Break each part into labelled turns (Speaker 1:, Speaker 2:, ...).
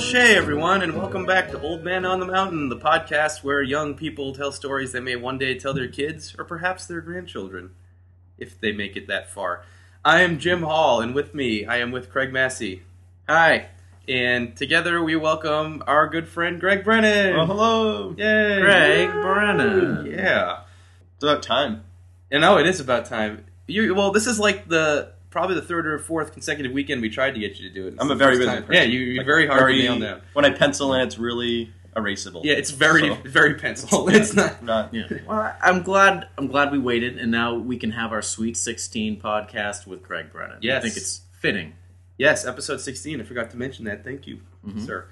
Speaker 1: Shay, everyone, and welcome back to Old Man on the Mountain, the podcast where young people tell stories they may one day tell their kids or perhaps their grandchildren, if they make it that far. I am Jim Hall, and with me, I am with Craig Massey. Hi, and together we welcome our good friend Greg Brennan.
Speaker 2: Oh, hello.
Speaker 1: Yay,
Speaker 2: Greg Brennan.
Speaker 1: Yeah,
Speaker 2: It's about time.
Speaker 1: and oh, it is about time. You well, this is like the probably the third or fourth consecutive weekend we tried to get you to do it.
Speaker 2: I'm a very
Speaker 1: It's
Speaker 2: busy
Speaker 1: time.
Speaker 2: person.
Speaker 1: Yeah, you, you're
Speaker 2: Like,
Speaker 1: very hard to nail down.
Speaker 2: When I pencil in, it's really erasable.
Speaker 1: Yeah, it's very
Speaker 2: So-
Speaker 1: very pencil. It's not.
Speaker 2: Not
Speaker 3: Yeah. Well, I'm glad. I'm glad we waited, and now we can have our Sweet 16 podcast with Craig Brennan.
Speaker 1: Yes.
Speaker 3: I think it's fitting.
Speaker 1: Yes, episode sixteen. I forgot to mention that. Thank you,
Speaker 3: Mhm.
Speaker 1: sir.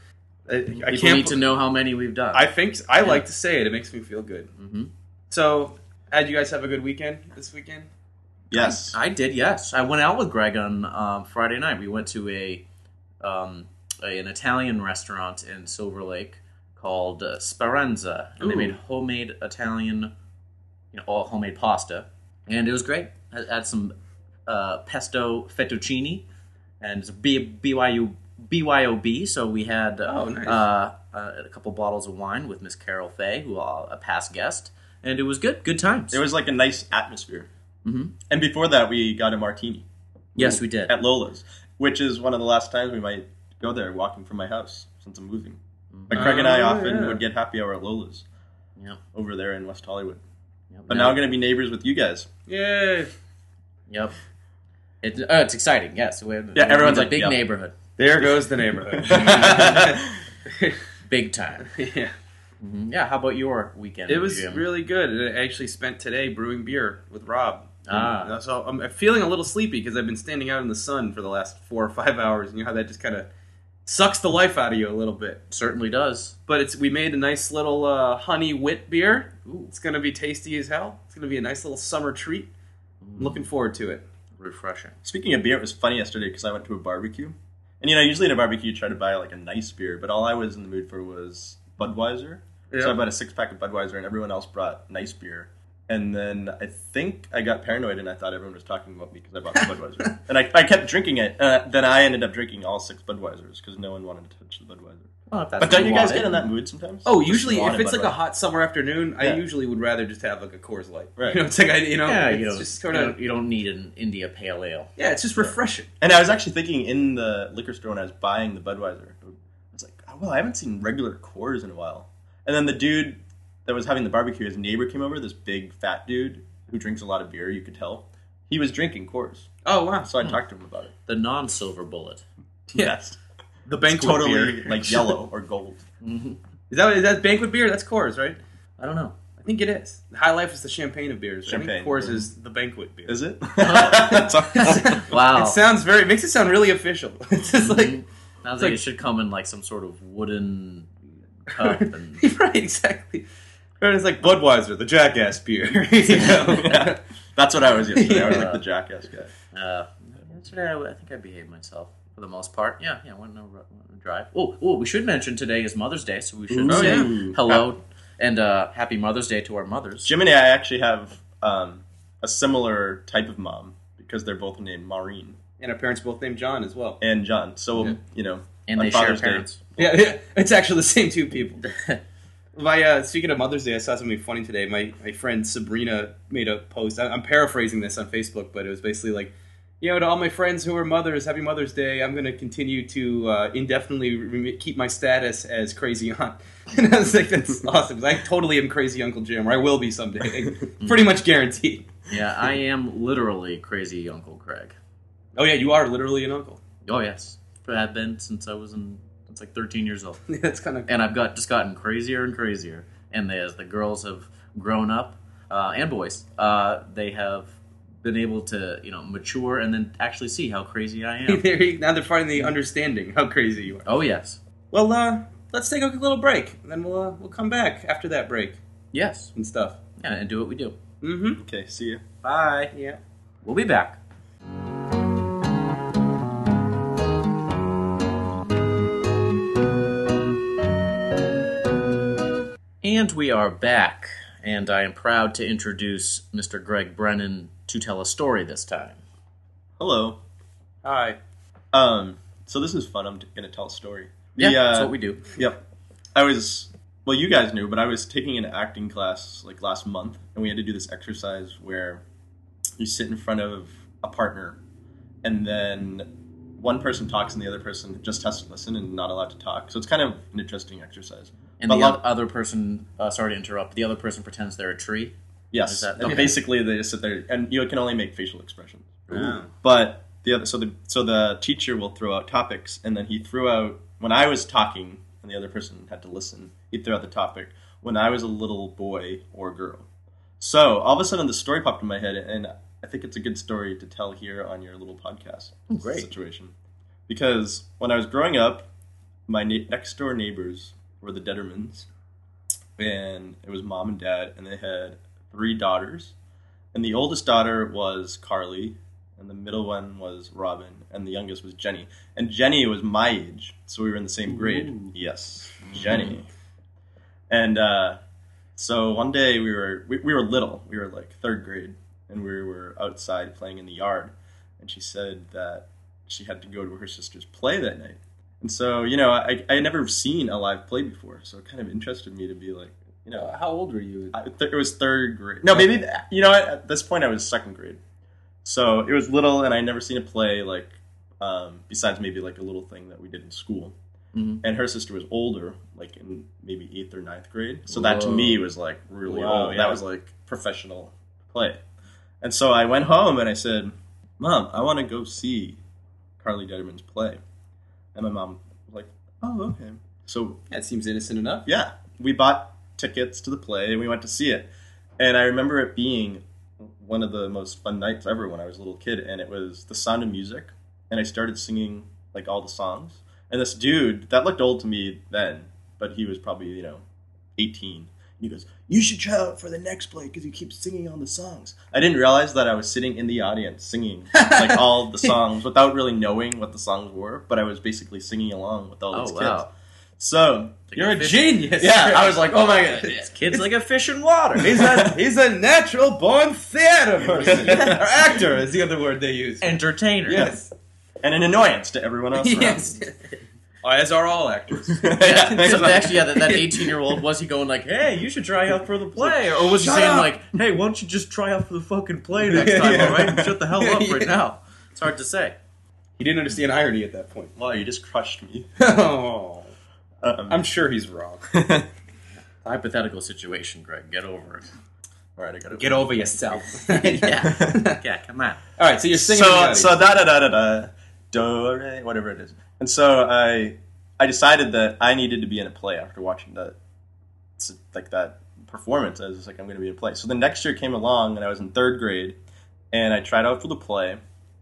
Speaker 1: I, I
Speaker 3: People
Speaker 1: can't.
Speaker 3: need to know how many we've done.
Speaker 1: I think I like to say it. It makes me feel good.
Speaker 3: hmm
Speaker 1: So, had you guys have a good weekend this weekend?
Speaker 2: Yes.
Speaker 3: I did. Yes, I went out with Greg on um, Friday night. We went to a, um, a- an Italian restaurant in Silver Lake called uh, Speranza, and they
Speaker 1: Ooh.
Speaker 3: made homemade Italian, you know, all homemade pasta, and it was great. I had some uh, pesto fettuccine, and it's B- BYU BYOB. So we had uh,
Speaker 1: Oh, nice.
Speaker 3: uh, uh, a couple bottles of wine with Miss Carol Fay, who uh, a past guest, and it was good. Good times.
Speaker 2: There was like a nice atmosphere.
Speaker 1: Mm-hmm.
Speaker 3: Mhm.
Speaker 2: And before that, we got a martini
Speaker 3: yes, we did.
Speaker 2: at Lola's, which is one of the last times we might go there walking from my house since I'm moving. But Craig and I
Speaker 1: Oh,
Speaker 2: often
Speaker 1: yeah.
Speaker 2: would get happy hour at Lola's
Speaker 3: Yeah.
Speaker 2: over there in West Hollywood.
Speaker 3: Yep.
Speaker 2: But now I'm going to be neighbors with you guys.
Speaker 1: Yay!
Speaker 3: Yep. It, oh, it's exciting. Yes, we
Speaker 2: Yeah, everyone's
Speaker 3: a
Speaker 2: like,
Speaker 3: big
Speaker 2: yeah.
Speaker 3: neighborhood,
Speaker 1: There goes the neighborhood.
Speaker 3: big time.
Speaker 1: yeah,
Speaker 3: Mhm. Yeah. How about your weekend?
Speaker 1: it was
Speaker 3: Jim?
Speaker 1: really good. And I actually spent today brewing beer with Rob.
Speaker 3: Ah.
Speaker 1: And uh, So I'm I'm feeling a little sleepy because I've been standing out in the sun for the last four or five hours. And you know how that just kind of sucks the life out of you a little bit.
Speaker 3: certainly does.
Speaker 1: but it's we made a nice little uh, honey wit beer.
Speaker 3: Ooh.
Speaker 1: It's gonna be tasty as hell. It's gonna be a nice little summer treat. I'm looking forward to it.
Speaker 3: Refreshing.
Speaker 2: Speaking of beer, it was funny yesterday because I went to a barbecue, and you know, usually at a barbecue you try to buy like a nice beer, but all I was in the mood for was Budweiser. So I bought a six pack of Budweiser, and everyone else brought nice beer. And then I think I got paranoid, and I thought everyone was talking about me because I bought the Budweiser, and I, I kept drinking it. Uh, then I ended up drinking all six Budweisers because no one wanted to touch the Budweiser.
Speaker 3: Well, if that's
Speaker 2: but don't you guys
Speaker 3: wanted.
Speaker 2: get in that mood sometimes?
Speaker 1: Oh,
Speaker 2: Just
Speaker 1: usually
Speaker 2: want
Speaker 1: if it's like a
Speaker 2: Budweiser.
Speaker 1: hot summer afternoon, I
Speaker 2: Yeah.
Speaker 1: usually would rather just have like a Coors Light.
Speaker 2: Right.
Speaker 1: You know, it's like I, you know,
Speaker 3: Yeah,
Speaker 1: it's
Speaker 3: you don't,
Speaker 1: just
Speaker 3: you
Speaker 1: kind of
Speaker 3: don't- you don't need an India Pale Ale.
Speaker 1: yeah, it's just refreshing.
Speaker 2: and I was actually thinking in the liquor store when I was buying the Budweiser, I was like, oh, well, I haven't seen regular Coors in a while. And then the dude that was having the barbecue, his neighbor came over, this big fat dude who drinks a lot of beer, you could tell. He was drinking Coors,
Speaker 1: Oh wow,
Speaker 2: so I talked to him about it.
Speaker 3: The non-silver bullet.
Speaker 1: yes, the
Speaker 2: It's
Speaker 1: banquet
Speaker 2: totally
Speaker 1: beer.
Speaker 2: like yellow or gold.
Speaker 3: hmm
Speaker 1: Is that is that banquet beer? That's Coors, right?
Speaker 3: I don't know.
Speaker 1: I think it is. High Life is the champagne of beers. I
Speaker 2: Champagne.
Speaker 1: think Coors is the banquet beer.
Speaker 2: Is it?
Speaker 3: Wow.
Speaker 1: It sounds very makes it sounds really official. It's just like
Speaker 3: Mhm. Sounds
Speaker 1: it's
Speaker 3: like
Speaker 1: like-
Speaker 3: it should come in like some sort of wooden cup and
Speaker 1: right, exactly. And it's like Budweiser, the jackass beer. you know?
Speaker 2: Yeah. That's what I was yesterday. I was
Speaker 3: Yeah.
Speaker 2: like the jackass guy.
Speaker 3: Uh, yesterday, I, I think I behaved myself for the most part. Yeah, yeah, went on a, ru- went on a drive. Oh, oh, we should mention today is Mother's Day, so we should
Speaker 1: Ooh. Oh,
Speaker 3: say
Speaker 1: yeah.
Speaker 3: hello and uh, happy Mother's Day to our mothers.
Speaker 2: Jim and I actually have um, a similar type of mom because they're both named Maureen
Speaker 1: and our parents both named John as well.
Speaker 2: and John. So,
Speaker 1: Yeah.
Speaker 2: you know,
Speaker 3: and
Speaker 2: on
Speaker 3: they share
Speaker 2: Father's Day.
Speaker 3: parents.
Speaker 1: Yeah, yeah, it's actually the same two people. My uh, speaking of Mother's Day, I saw something funny today. My my friend Sabrina made a post. I, I'm paraphrasing this on Facebook, but it was basically like, you know, to all my friends who are mothers, happy Mother's Day. I'm going to continue to uh, indefinitely re- keep my status as crazy aunt. And I was like, that's awesome. 'cause I totally am crazy Uncle Jim, or I will be someday, pretty much guaranteed.
Speaker 3: yeah, I am literally crazy Uncle Craig.
Speaker 1: Oh yeah, you are literally an uncle.
Speaker 3: Oh yes, I've been since I was in since like 13 years old,
Speaker 1: That's kind of
Speaker 3: and I've got just gotten crazier and crazier. And as the girls have grown up, uh, and boys, uh, they have been able to you know mature and then actually see how crazy I am.
Speaker 1: there you- now they're finally understanding how crazy you are.
Speaker 3: Oh yes,
Speaker 1: Well, uh, let's take a little break, and then we'll uh, we'll come back after that break
Speaker 3: yes,
Speaker 1: and stuff.
Speaker 3: yeah, and do what we do.
Speaker 1: Mm-hmm.
Speaker 2: Okay, see you.
Speaker 3: Bye.
Speaker 1: Yeah.
Speaker 3: We'll be back. And we are back, and I am proud to introduce Mr. Greg Brennan to tell a story this time.
Speaker 2: Hello.
Speaker 1: Hi.
Speaker 2: Um, so this is fun. I'm going to tell a story. The,
Speaker 3: yeah, that's
Speaker 2: uh,
Speaker 3: what we do.
Speaker 2: Yep. I was well, you guys knew, but I was taking an acting class like last month, and we had to do this exercise where you sit in front of a partner, and then one person talks and the other person just has to listen and not allowed to talk. So it's kind of an interesting exercise.
Speaker 3: And the
Speaker 2: But lo-
Speaker 3: oth- other person, uh, sorry to interrupt, the other person pretends they're a tree. Is
Speaker 2: yes,
Speaker 3: that-
Speaker 2: and
Speaker 3: okay.
Speaker 2: basically they just sit there, and you can only make facial expressions.
Speaker 3: Ah.
Speaker 2: But the other, so the so the teacher will throw out topics, and then he threw out when I was talking, and the other person had to listen. He threw out the topic when I was a little boy or girl. So all of a sudden, the story popped in my head, and I think it's a good story to tell here on your little podcast
Speaker 3: great.
Speaker 2: situation. Because when I was growing up, my ne- next door neighbors were the Dettermans, and it was mom and dad, and they had three daughters, and the oldest daughter was Carly, and the middle one was Robin, and the youngest was Jenny. And Jenny was my age, so we were in the same grade.
Speaker 1: Ooh.
Speaker 2: Yes, Jenny. And uh, so one day we were we, we were little, we were like third grade, and we were outside playing in the yard, and she said that she had to go to her sister's play that night. And so, you know, I, I had never seen a live play before, so it kind of interested me to be like, you know,
Speaker 4: How old were you?
Speaker 2: I, th- it was third grade. No, maybe you know. what? At this point, I was second grade, so it was little, and I never seen a play like um, besides maybe like a little thing that we did in school.
Speaker 4: Mm-hmm.
Speaker 3: Mhm.
Speaker 2: And her sister was older, like in maybe eighth or ninth grade. So that to me was like really
Speaker 4: Whoa,
Speaker 2: old.
Speaker 4: yeah.
Speaker 2: That was like professional play. And so I went home and I said, "Mom, I want to go see Carly Detterman's play." And my mom was like, "Oh, okay." So
Speaker 1: That seems innocent enough.
Speaker 2: yeah, we bought tickets to the play and we went to see it. And I remember it being one of the most fun nights ever when I was a little kid. And it was The Sound of Music. And I started singing like all the songs. And this dude that looked old to me then, but he was probably, you know, 18. And he goes, You should try out for the next play because you keep singing all the songs. I didn't realize that I was sitting in the audience singing like all the songs without really knowing what the songs were, but I was basically singing along with all
Speaker 3: Oh,
Speaker 2: these
Speaker 3: wow.
Speaker 2: kids. So
Speaker 1: You're a
Speaker 3: Fish-
Speaker 1: genius.
Speaker 2: yeah, I was like, oh my god.
Speaker 3: This kid's like a fish in water.
Speaker 1: He's a, he's a natural born theater person. or actor is the other word they use.
Speaker 3: Entertainer.
Speaker 1: yes.
Speaker 2: And an annoyance to everyone else. around.
Speaker 1: Yes. As are all actors.
Speaker 2: yeah,
Speaker 3: Yeah, so actually, yeah, that, that 18 year old, was he going like, hey, you should try out for the play? Or was he
Speaker 1: Shut
Speaker 3: saying,
Speaker 1: up.
Speaker 3: like, hey, why don't you just try out for the fucking play next time,
Speaker 1: Yeah.
Speaker 3: all right? Shut the hell up right
Speaker 1: Yeah.
Speaker 3: now. It's hard to say.
Speaker 1: He didn't understand irony at that point.
Speaker 2: Wow, you just crushed me.
Speaker 1: oh,
Speaker 2: Um,
Speaker 1: I'm sure he's wrong.
Speaker 3: Hypothetical situation, Greg. Get over it.
Speaker 2: all right, I got it.
Speaker 4: Get over yourself.
Speaker 3: yeah. Yeah, come on.
Speaker 1: All right, so you're singing.
Speaker 2: so so da da da da da do re whatever it is. And so I I decided that I needed to be in a play after watching that s- like that performance. I was just like I'm going to be in a play. So the next year came along and I was in third grade and I tried out for the play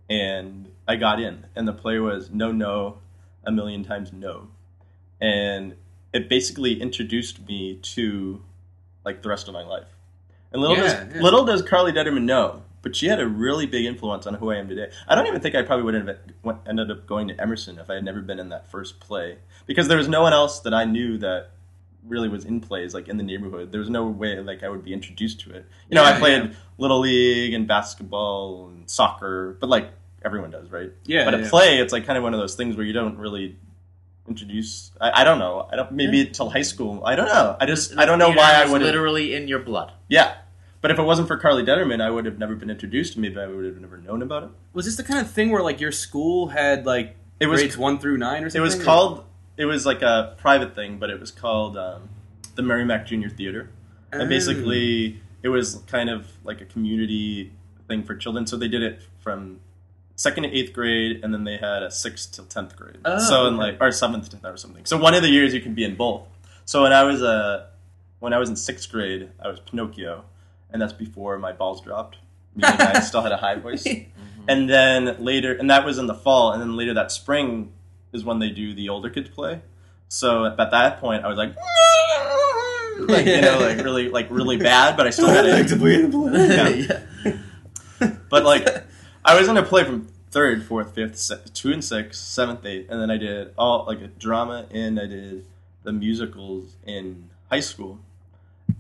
Speaker 2: and I got in and the play was no no a million times no. And it basically introduced me to like the rest of my life. And little
Speaker 1: Yeah,
Speaker 2: does
Speaker 1: yeah.
Speaker 2: little does Carly Detterman know, but she had a really big influence on who I am today. I don't even think I probably would have went- ended up going to Emerson if I had never been in that first play because there was no one else that I knew that really was in plays like in the neighborhood. There was no way like I would be introduced to it. You know,
Speaker 1: Yeah,
Speaker 2: I played little league and basketball and soccer, but like everyone does, right?
Speaker 1: Yeah,
Speaker 2: But at
Speaker 1: yeah.
Speaker 2: play, it's like kind of one of those things where you don't really introduce. I, I don't know. I don't maybe till high school. I don't know. I just I don't know
Speaker 3: Theater
Speaker 2: why I
Speaker 3: is
Speaker 2: would. have
Speaker 3: literally in your blood.
Speaker 2: Yeah. But if it wasn't for Carly Detterman, I would have never been introduced to me. But I would have never known about it.
Speaker 1: was this the kind of thing where like your school had like
Speaker 2: It was-
Speaker 1: grades one through nine or
Speaker 2: It
Speaker 1: something?
Speaker 2: was
Speaker 1: or-
Speaker 2: called. It was like a private thing, but it was called um, the Merrimack Junior Theater.
Speaker 1: Oh.
Speaker 2: And uh,
Speaker 3: Oh.
Speaker 2: basically, it was kind of like a community thing for children. So they did it from second to eighth grade, and then they had a sixth till tenth grade.
Speaker 3: Oh,
Speaker 2: so in
Speaker 3: okay.
Speaker 2: like or seventh to tenth or something. So one of the years you can be in both. So when I was uh, when I was in sixth grade, I was Pinocchio, and that's before my balls dropped. Meaning I still had a high voice. And then later, and that was in the fall, and then later that spring is when they do the older kids play. So at that point, I was like, like you know, like really, like really bad, but I still had it. Yeah. But like, I was in a play from third, fourth, fifth, se- two and six, seventh, eighth, and then I did all like a drama, and I did the musicals in high school,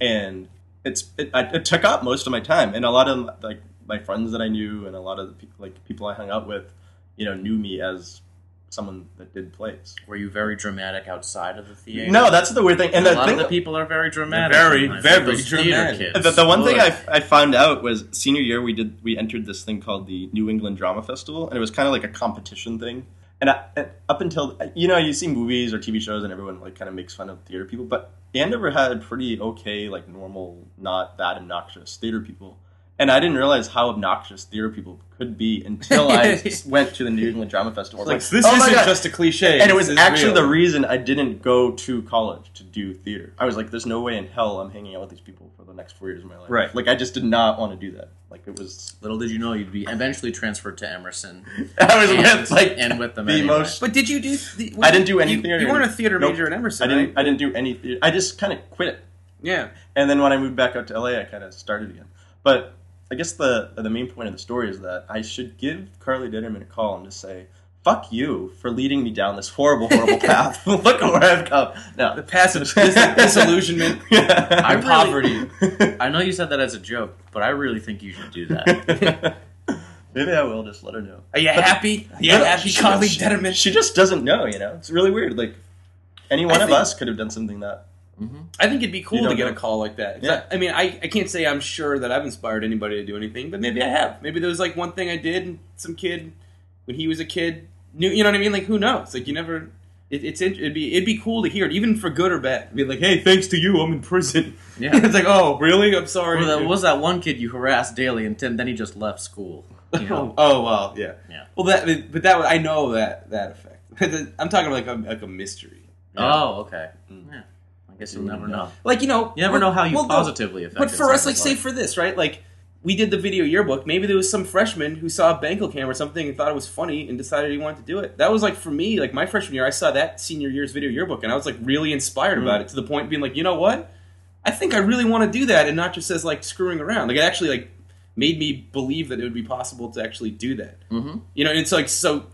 Speaker 2: and it's it, I, it took up most of my time, and a lot of like my friends that I knew, and a lot of the, pe- like people I hung out with, you know, knew me as someone that did plays.
Speaker 3: Were you very dramatic outside of the theater?
Speaker 2: No, that's the weird thing. And
Speaker 3: a
Speaker 2: the
Speaker 3: lot
Speaker 2: thing,
Speaker 3: of the people are very dramatic.
Speaker 4: They're very,
Speaker 3: sometimes.
Speaker 4: very
Speaker 3: Those theater
Speaker 4: dramatic.
Speaker 3: kids.
Speaker 2: the, the one thing
Speaker 3: Boy.
Speaker 2: I, I found out was senior year we did we entered this thing called the New England Drama Festival, and it was kind of like a competition thing. And, I, and up until you know you see movies or TV shows, and everyone like kind of makes fun of theater people, but Andover had pretty okay, like normal, not that obnoxious theater people. And I didn't realize how obnoxious theater people could be until I went to the New England Drama Festival. I
Speaker 1: Like
Speaker 2: was
Speaker 1: this
Speaker 2: "Oh my
Speaker 1: isn't
Speaker 2: God."
Speaker 1: just a cliche,
Speaker 2: and it was
Speaker 1: this is
Speaker 2: actually
Speaker 1: real.
Speaker 2: the reason I didn't go to college to do theater. I was like, "There's no way in hell I'm hanging out with these people for the next four years of my life."
Speaker 1: Right.
Speaker 2: Like, I just did not want to do that. Like, it was.
Speaker 3: Little did you know you'd be eventually transferred to Emerson.
Speaker 2: I was
Speaker 3: and,
Speaker 2: with like
Speaker 3: and with them
Speaker 2: the
Speaker 3: anyway.
Speaker 2: most.
Speaker 1: But did you do? The,
Speaker 2: I didn't do any
Speaker 1: you,
Speaker 2: theater.
Speaker 1: You weren't a theater
Speaker 2: Nope.
Speaker 1: major in Emerson.
Speaker 2: I didn't.
Speaker 1: Right?
Speaker 2: I didn't do any theater. I just kind of quit it.
Speaker 1: Yeah.
Speaker 2: And then when I moved back out to LA, I kind of started again. But I guess the the main point of the story is that I should give Carly Ditterman a call and just say, "Fuck you for leading me down this horrible, horrible path. Look at where I've come."
Speaker 1: The
Speaker 2: No.
Speaker 1: passive dis- disillusionment.
Speaker 3: Our
Speaker 2: Yeah.
Speaker 3: poverty. I know you said that as a joke, but I really think you should do that.
Speaker 2: Maybe I will just let her know.
Speaker 1: Are you happy? Are you happy,
Speaker 2: She-
Speaker 1: Carly
Speaker 2: she-
Speaker 1: Detterman?
Speaker 2: She just doesn't know, you know. It's really weird. Like any one
Speaker 1: I
Speaker 2: of
Speaker 1: think-
Speaker 2: us could have done something that.
Speaker 1: I think it'd be cool
Speaker 2: You
Speaker 1: to
Speaker 2: don't
Speaker 1: get
Speaker 2: know.
Speaker 1: a call like that. 'Cause
Speaker 2: Yeah.
Speaker 1: I, I mean, I, I can't say I'm sure that I've inspired anybody to do anything, but maybe I have. Maybe there was like one thing I did, and some kid when he was a kid knew. You know what I mean? Like who knows? Like you never. It, it's in- it'd be it'd be cool to hear it, even for good or bad. Be like, hey, thanks to you, I'm in prison.
Speaker 3: Yeah.
Speaker 1: it's like, oh, really? I'm sorry.
Speaker 3: Well, there was that one kid you harassed daily, and then then he just left school. You know?
Speaker 1: Oh well, yeah.
Speaker 3: Yeah.
Speaker 1: Well, that but that I know that that effect. I'm talking like a, like a mystery.
Speaker 3: Oh, okay. Yeah. I guess you'll never know.
Speaker 1: Like you know,
Speaker 3: You never know how you
Speaker 1: Mm. well, no,
Speaker 3: positively affect.
Speaker 1: But for us, like, say for this, right? Like, we did the video yearbook. Maybe there was some freshman who saw a Banco cam or something and thought it was funny and decided he wanted to do it. That was like for me, like my freshman year, I saw that senior year's video yearbook and I was like really inspired about it to the point of being like, you know what? I think I really want to do that and not just as like screwing around. Like it actually like made me believe that it would be possible to actually do that.
Speaker 3: Mhm.
Speaker 1: You know, and it's like so.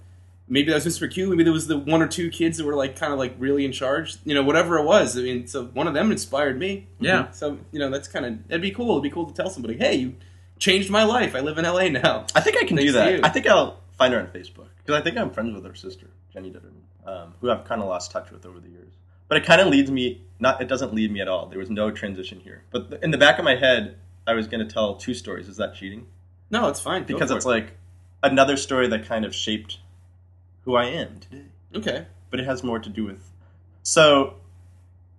Speaker 1: Maybe that was Mr. Q. Maybe there was the one or two kids that were like kind of like really in charge. You know, whatever it was. I mean, so one of them inspired me. Mm-hmm.
Speaker 3: Yeah.
Speaker 1: So you know, that's kind of that'd be cool. It'd be cool to tell somebody, "Hey, you changed my life. I live in LA now."
Speaker 2: I think I can
Speaker 1: Thanks
Speaker 2: do
Speaker 1: to you.
Speaker 2: that. I think I'll find her on Facebook because I think I'm friends with her sister, Jenny Ditterman, um, who I've kind of lost touch with over the years. But it kind of leads me. Not it doesn't lead me at all. There was no transition here. But th- in the back of my head, I was going to tell two stories. Is that cheating?
Speaker 1: No, it's fine Go
Speaker 2: Because
Speaker 1: for
Speaker 2: it's
Speaker 1: it.
Speaker 2: like another story that kind of shaped who I am today.
Speaker 1: okay,
Speaker 2: but it has more to do with. So,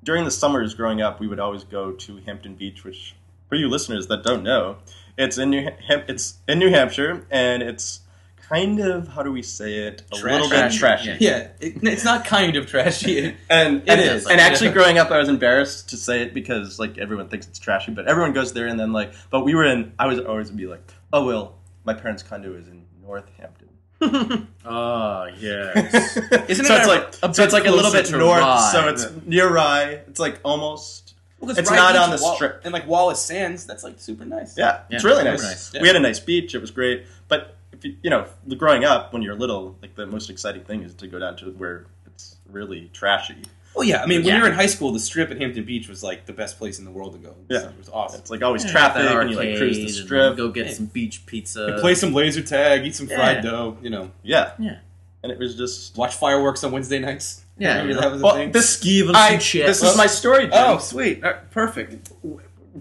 Speaker 2: during the summers growing up, we would always go to Hampton Beach, which for you listeners that don't know, it's in New Ham- it's in New Hampshire, and it's kind of how do we say it a
Speaker 3: Trashy.
Speaker 2: little bit
Speaker 3: Trashy,
Speaker 2: trashy.
Speaker 3: yeah.
Speaker 1: yeah, it, it's not kind of trashy.
Speaker 2: And
Speaker 1: It
Speaker 2: and,
Speaker 1: is.
Speaker 2: and actually, growing up, I was embarrassed to say it because like everyone thinks it's trashy, but everyone goes there, and then like, but we were in. I was always be like, oh well, my parents' condo is in Northampton.
Speaker 3: Oh yeah.
Speaker 1: Isn't
Speaker 2: so
Speaker 1: it
Speaker 2: it's
Speaker 1: a-
Speaker 2: like
Speaker 1: a
Speaker 2: so it's like a little
Speaker 3: closer
Speaker 2: bit
Speaker 3: to
Speaker 2: north,
Speaker 3: Rye?
Speaker 2: so it's near Rye. It's like almost.
Speaker 1: Well, 'cause
Speaker 2: it's
Speaker 1: Rye
Speaker 2: not
Speaker 1: Beach
Speaker 2: on the
Speaker 1: and Wall-
Speaker 2: strip.
Speaker 1: and like Wallace Sands. That's like super nice.
Speaker 2: Yeah,
Speaker 3: Yeah,
Speaker 2: it's really
Speaker 3: very
Speaker 2: nice.
Speaker 3: nice,
Speaker 1: yeah.
Speaker 2: We had a nice beach. It was great. But if you, you know, growing up when you're little, like the most exciting thing is to go down to where it's really trashy.
Speaker 1: Well, Oh, yeah. I mean, when
Speaker 3: Yeah.
Speaker 1: we were in high school, the strip at Hampton Beach was like the best place in the world to go.
Speaker 2: Yeah.
Speaker 1: it was awesome.
Speaker 2: It's like always traffic,
Speaker 3: That
Speaker 2: and you like cruise
Speaker 3: arcade
Speaker 2: the
Speaker 3: and
Speaker 2: strip.
Speaker 3: Go get some beach pizza.
Speaker 2: uh,
Speaker 1: And play some laser tag, eat some fried
Speaker 3: Yeah.
Speaker 1: dough. You know,
Speaker 2: Yeah,
Speaker 3: Yeah.
Speaker 2: and it was just.
Speaker 1: watch fireworks on Wednesday nights.
Speaker 3: Yeah,
Speaker 1: Remember
Speaker 3: you know.
Speaker 1: that was a
Speaker 2: Well,
Speaker 1: thing.
Speaker 2: this
Speaker 3: Give us
Speaker 2: I,
Speaker 3: some shit.
Speaker 2: this is my story, Jim.
Speaker 1: oh, sweet, All right, perfect.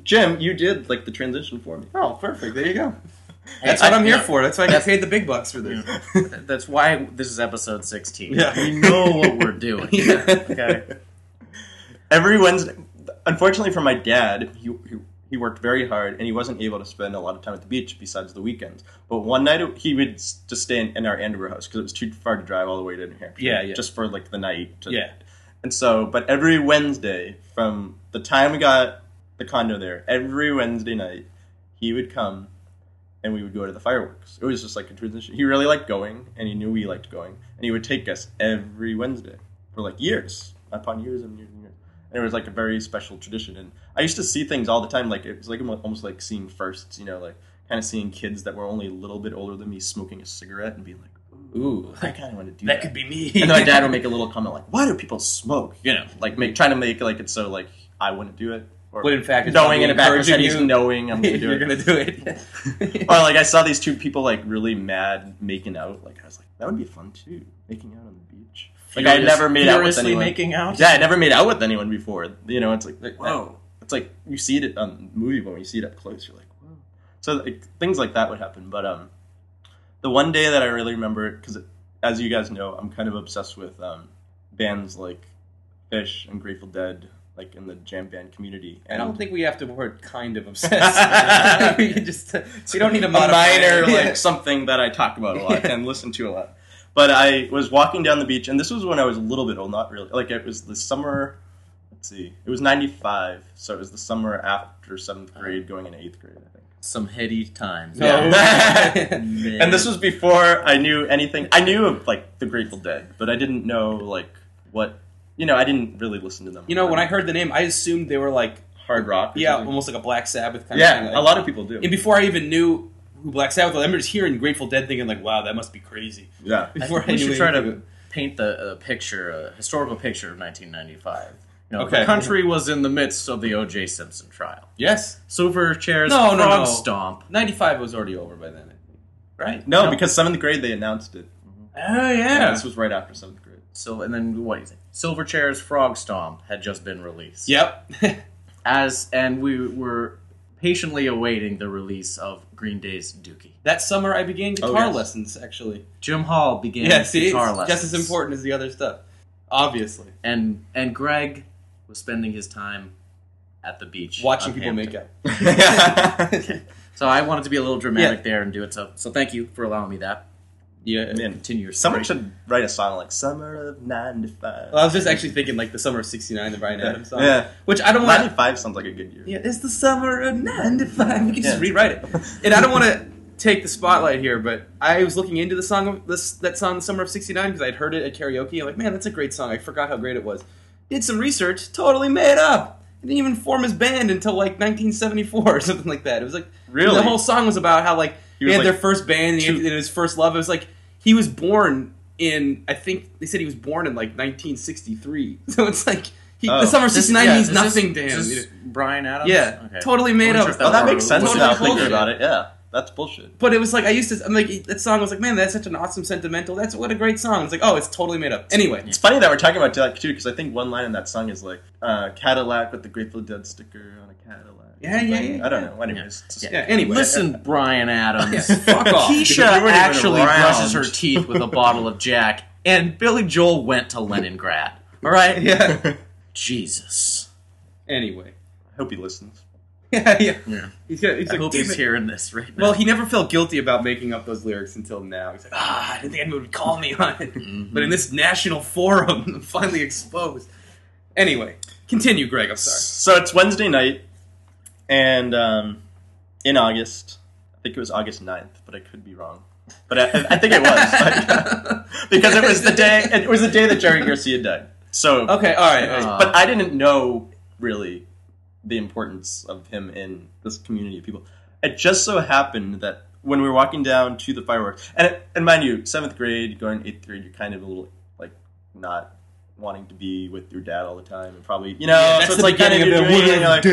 Speaker 2: Jim, you did like the transition for me.
Speaker 1: Oh, perfect. There you go.
Speaker 3: Hey,
Speaker 1: That's what
Speaker 3: I-
Speaker 1: I'm here
Speaker 3: yeah.
Speaker 1: for. That's why I get paid the big bucks for this.
Speaker 3: That's why this is episode sixteen.
Speaker 1: Yeah.
Speaker 3: We know what we're doing.
Speaker 1: Yeah.
Speaker 3: Okay.
Speaker 2: every Wednesday. Unfortunately for my dad, he, he he worked very hard and he wasn't able to spend a lot of time at the beach besides the weekends. But one night he would s- just stay in, in our Andover house because it was too far to drive all the way to New Hampshire.
Speaker 1: Yeah, yeah.
Speaker 2: Just for like the night. to-
Speaker 1: Yeah.
Speaker 2: And so, but every Wednesday from the time we got the condo there, every Wednesday night he would come and we would go to the fireworks. It was just like a transition. He really liked going, and he knew we liked going, and he would take us every Wednesday for like years upon years and years and years. And it was like a very special tradition. And I used to see things all the time. Like it was like almo- almost like seeing firsts, you know, like kind of seeing kids that were only a little bit older than me smoking a cigarette and being like,
Speaker 1: Ooh,
Speaker 2: "I kind of want to do
Speaker 1: that
Speaker 2: that."
Speaker 1: could be me.
Speaker 2: and then my dad would make a little comment like, "Why do people smoke?" You know, like make trying to make like it so like I wouldn't do it. Or
Speaker 1: But in fact, it's
Speaker 2: knowing in
Speaker 1: probably
Speaker 2: a back of his head, he's
Speaker 1: encouraging you.
Speaker 2: knowing I'm gonna do
Speaker 1: You're
Speaker 2: it.
Speaker 1: gonna do it.
Speaker 2: Or like I saw these two people like really mad making out. Like I was like, that would be fun too, making out on the beach. Like I had
Speaker 3: Furious-
Speaker 2: never made out with
Speaker 3: furiously
Speaker 2: anyone.
Speaker 3: making out.
Speaker 2: yeah, I never made out with anyone before. You know, it's like, like
Speaker 3: Whoa.
Speaker 2: It's like you see it on movie, but when you see it up close, you're like, whoa. So like, things like that would happen. But um, the one day that I really remember, because as you guys know, I'm kind of obsessed with um, bands like Fish and Grateful Dead, like in the jam band community.
Speaker 1: I
Speaker 2: And-
Speaker 3: Oh,
Speaker 1: don't think we have to word kind of obsessed. we can just we don't need a,
Speaker 2: a
Speaker 1: modifier.
Speaker 2: minor like something that I talk about a lot
Speaker 1: Yeah.
Speaker 2: and listen to a lot. But I was walking down the beach, and this was when I was a little bit old, not really. Like it was the summer. Let's see, it was '95, so it was the summer after seventh grade, going into eighth grade, I think.
Speaker 3: Some heady times.
Speaker 1: No.
Speaker 2: Yeah.
Speaker 3: Man.
Speaker 2: and this was before I knew anything. I knew of like the Grateful Dead, but I didn't know like what you know. I didn't really listen to them.
Speaker 1: You know, when I heard the name, I assumed they were like
Speaker 2: hard rock, or
Speaker 1: yeah,
Speaker 2: something.
Speaker 1: almost like a Black Sabbath kind of
Speaker 2: yeah,
Speaker 1: thing.
Speaker 2: a
Speaker 1: like-
Speaker 2: lot of people do.
Speaker 1: And before I even knew who Black Sabbath was, I remember just hearing Grateful Dead thinking like, wow, that must be crazy.
Speaker 2: Yeah,
Speaker 3: I
Speaker 1: Before
Speaker 3: think we
Speaker 1: I
Speaker 3: should
Speaker 1: knew
Speaker 3: try
Speaker 1: anything.
Speaker 3: to paint the uh, picture, a historical picture of 1995. You know,
Speaker 1: Okay.
Speaker 3: The country was in the midst of the O.J. Simpson trial.
Speaker 1: Yes.
Speaker 3: Silver chairs,
Speaker 1: No,
Speaker 3: frog
Speaker 1: no, no.
Speaker 3: stomp.
Speaker 1: 95 was already over by then.
Speaker 3: Right?
Speaker 2: no, because seventh grade they announced it.
Speaker 1: Oh,
Speaker 2: Yeah, this was right after seventh grade.
Speaker 3: So, and then what? Is it? Silver chairs, frog stomp had just been released.
Speaker 1: Yep.
Speaker 3: As and we were patiently awaiting the release of Green Day's Dookie.
Speaker 1: that summer I began guitar
Speaker 2: Oh, yes.
Speaker 1: lessons, actually.
Speaker 3: Jim Hall began
Speaker 1: yeah, see?
Speaker 3: guitar
Speaker 1: it's
Speaker 3: lessons.
Speaker 1: just as important as the other stuff. Obviously.
Speaker 3: And and Greg was spending his time at the beach
Speaker 1: Watching
Speaker 3: on
Speaker 1: people
Speaker 3: Hampton.
Speaker 1: make out.
Speaker 3: So I wanted to be a little dramatic there and do it. So so thank you for allowing me that.
Speaker 1: Yeah.
Speaker 2: Man,
Speaker 3: Continue your
Speaker 2: Someone
Speaker 3: story.
Speaker 2: should write a song like "Summer of '95."
Speaker 1: Well, I was just actually thinking like the summer of '69, the Brian
Speaker 2: Yeah.
Speaker 1: Adams song.
Speaker 2: Yeah.
Speaker 1: Which I don't want.
Speaker 2: '95 sounds like a good year.
Speaker 1: Yeah, it's the summer of '95. We can just
Speaker 2: Yeah.
Speaker 1: rewrite it. And I don't want to take the spotlight here, but I was looking into the song of this that song, the summer of '69, because I'd heard it at karaoke. I'm like, man, that's a great song. I forgot how great it was. Did some research, totally made up. Didn't even form his band until like 1974 or something like that. It was like
Speaker 2: Really?
Speaker 1: the whole song was about how like
Speaker 2: He
Speaker 1: they
Speaker 2: was,
Speaker 1: had their
Speaker 2: like,
Speaker 1: first band and, he had-
Speaker 2: two-
Speaker 1: and his first love. It was like he was born in I think they said he was born in like 1963. So it's like he,
Speaker 2: Oh.
Speaker 1: the summer of
Speaker 3: This-
Speaker 1: '69
Speaker 3: yeah,
Speaker 1: means
Speaker 3: is this-
Speaker 1: nothing
Speaker 3: is
Speaker 1: to
Speaker 3: this
Speaker 1: him.
Speaker 3: Brian Adams.
Speaker 1: Yeah, totally made
Speaker 3: Wasn't
Speaker 1: up.
Speaker 3: sure if that
Speaker 2: Oh, that
Speaker 3: Or
Speaker 2: makes sense
Speaker 1: totally
Speaker 2: now. Thinking
Speaker 1: bullshit.
Speaker 2: about it, yeah, that's bullshit.
Speaker 1: But it was like I used to. I'm like that song was like, man, that's such an awesome sentimental. That's what a great song. It's like, oh, it's totally made up. Anyway,
Speaker 2: It's funny that we're talking about that too, because I think one line in that song is like uh, "Cadillac with the Grateful Dead sticker on a Cadillac."
Speaker 1: Yeah, yeah,
Speaker 2: Something.
Speaker 1: yeah,
Speaker 2: I don't
Speaker 1: yeah.
Speaker 2: know. Anyways, it's just-
Speaker 1: yeah. Anyway,
Speaker 3: Listen, Brian Adams.
Speaker 1: Yeah, fuck off.
Speaker 3: Keisha
Speaker 2: You weren't even
Speaker 3: actually
Speaker 2: around.
Speaker 3: brushes her teeth with a bottle of Jack, and Billy Joel went to Leningrad. All right.
Speaker 1: yeah.
Speaker 3: Jesus.
Speaker 1: Anyway,
Speaker 2: I hope he listens.
Speaker 1: yeah, yeah.
Speaker 3: Yeah.
Speaker 1: He's gonna. He's
Speaker 3: I
Speaker 1: like,
Speaker 3: hope
Speaker 1: "Damn
Speaker 3: he's
Speaker 1: it."
Speaker 3: hearing this right now.
Speaker 1: Well, he never felt guilty about making up those lyrics until now. He's like, ah, I didn't think anyone would call me on it.
Speaker 3: Mm-hmm.
Speaker 1: But in this national forum, I'm finally exposed. Anyway, continue, Greg. I'm sorry.
Speaker 2: So it's Wednesday night, and um, in August, I think it was August 9th, but I could be wrong. But I, I think it was because it was the day. It was the day that Jerry Garcia died. So
Speaker 1: Okay, all right. all right.
Speaker 3: Uh,
Speaker 2: but I didn't know really the importance of him in this community of people. It just so happened that when we were walking down to the fireworks, and it, and mind you, seventh grade going to eighth grade, you're kind of a little like not wanting to be with your dad all the time, and probably you know,
Speaker 1: Yeah, that's
Speaker 2: so
Speaker 1: the
Speaker 2: it's like kind of
Speaker 1: beginning
Speaker 2: you're
Speaker 1: of
Speaker 2: doing it, and you're like,
Speaker 1: the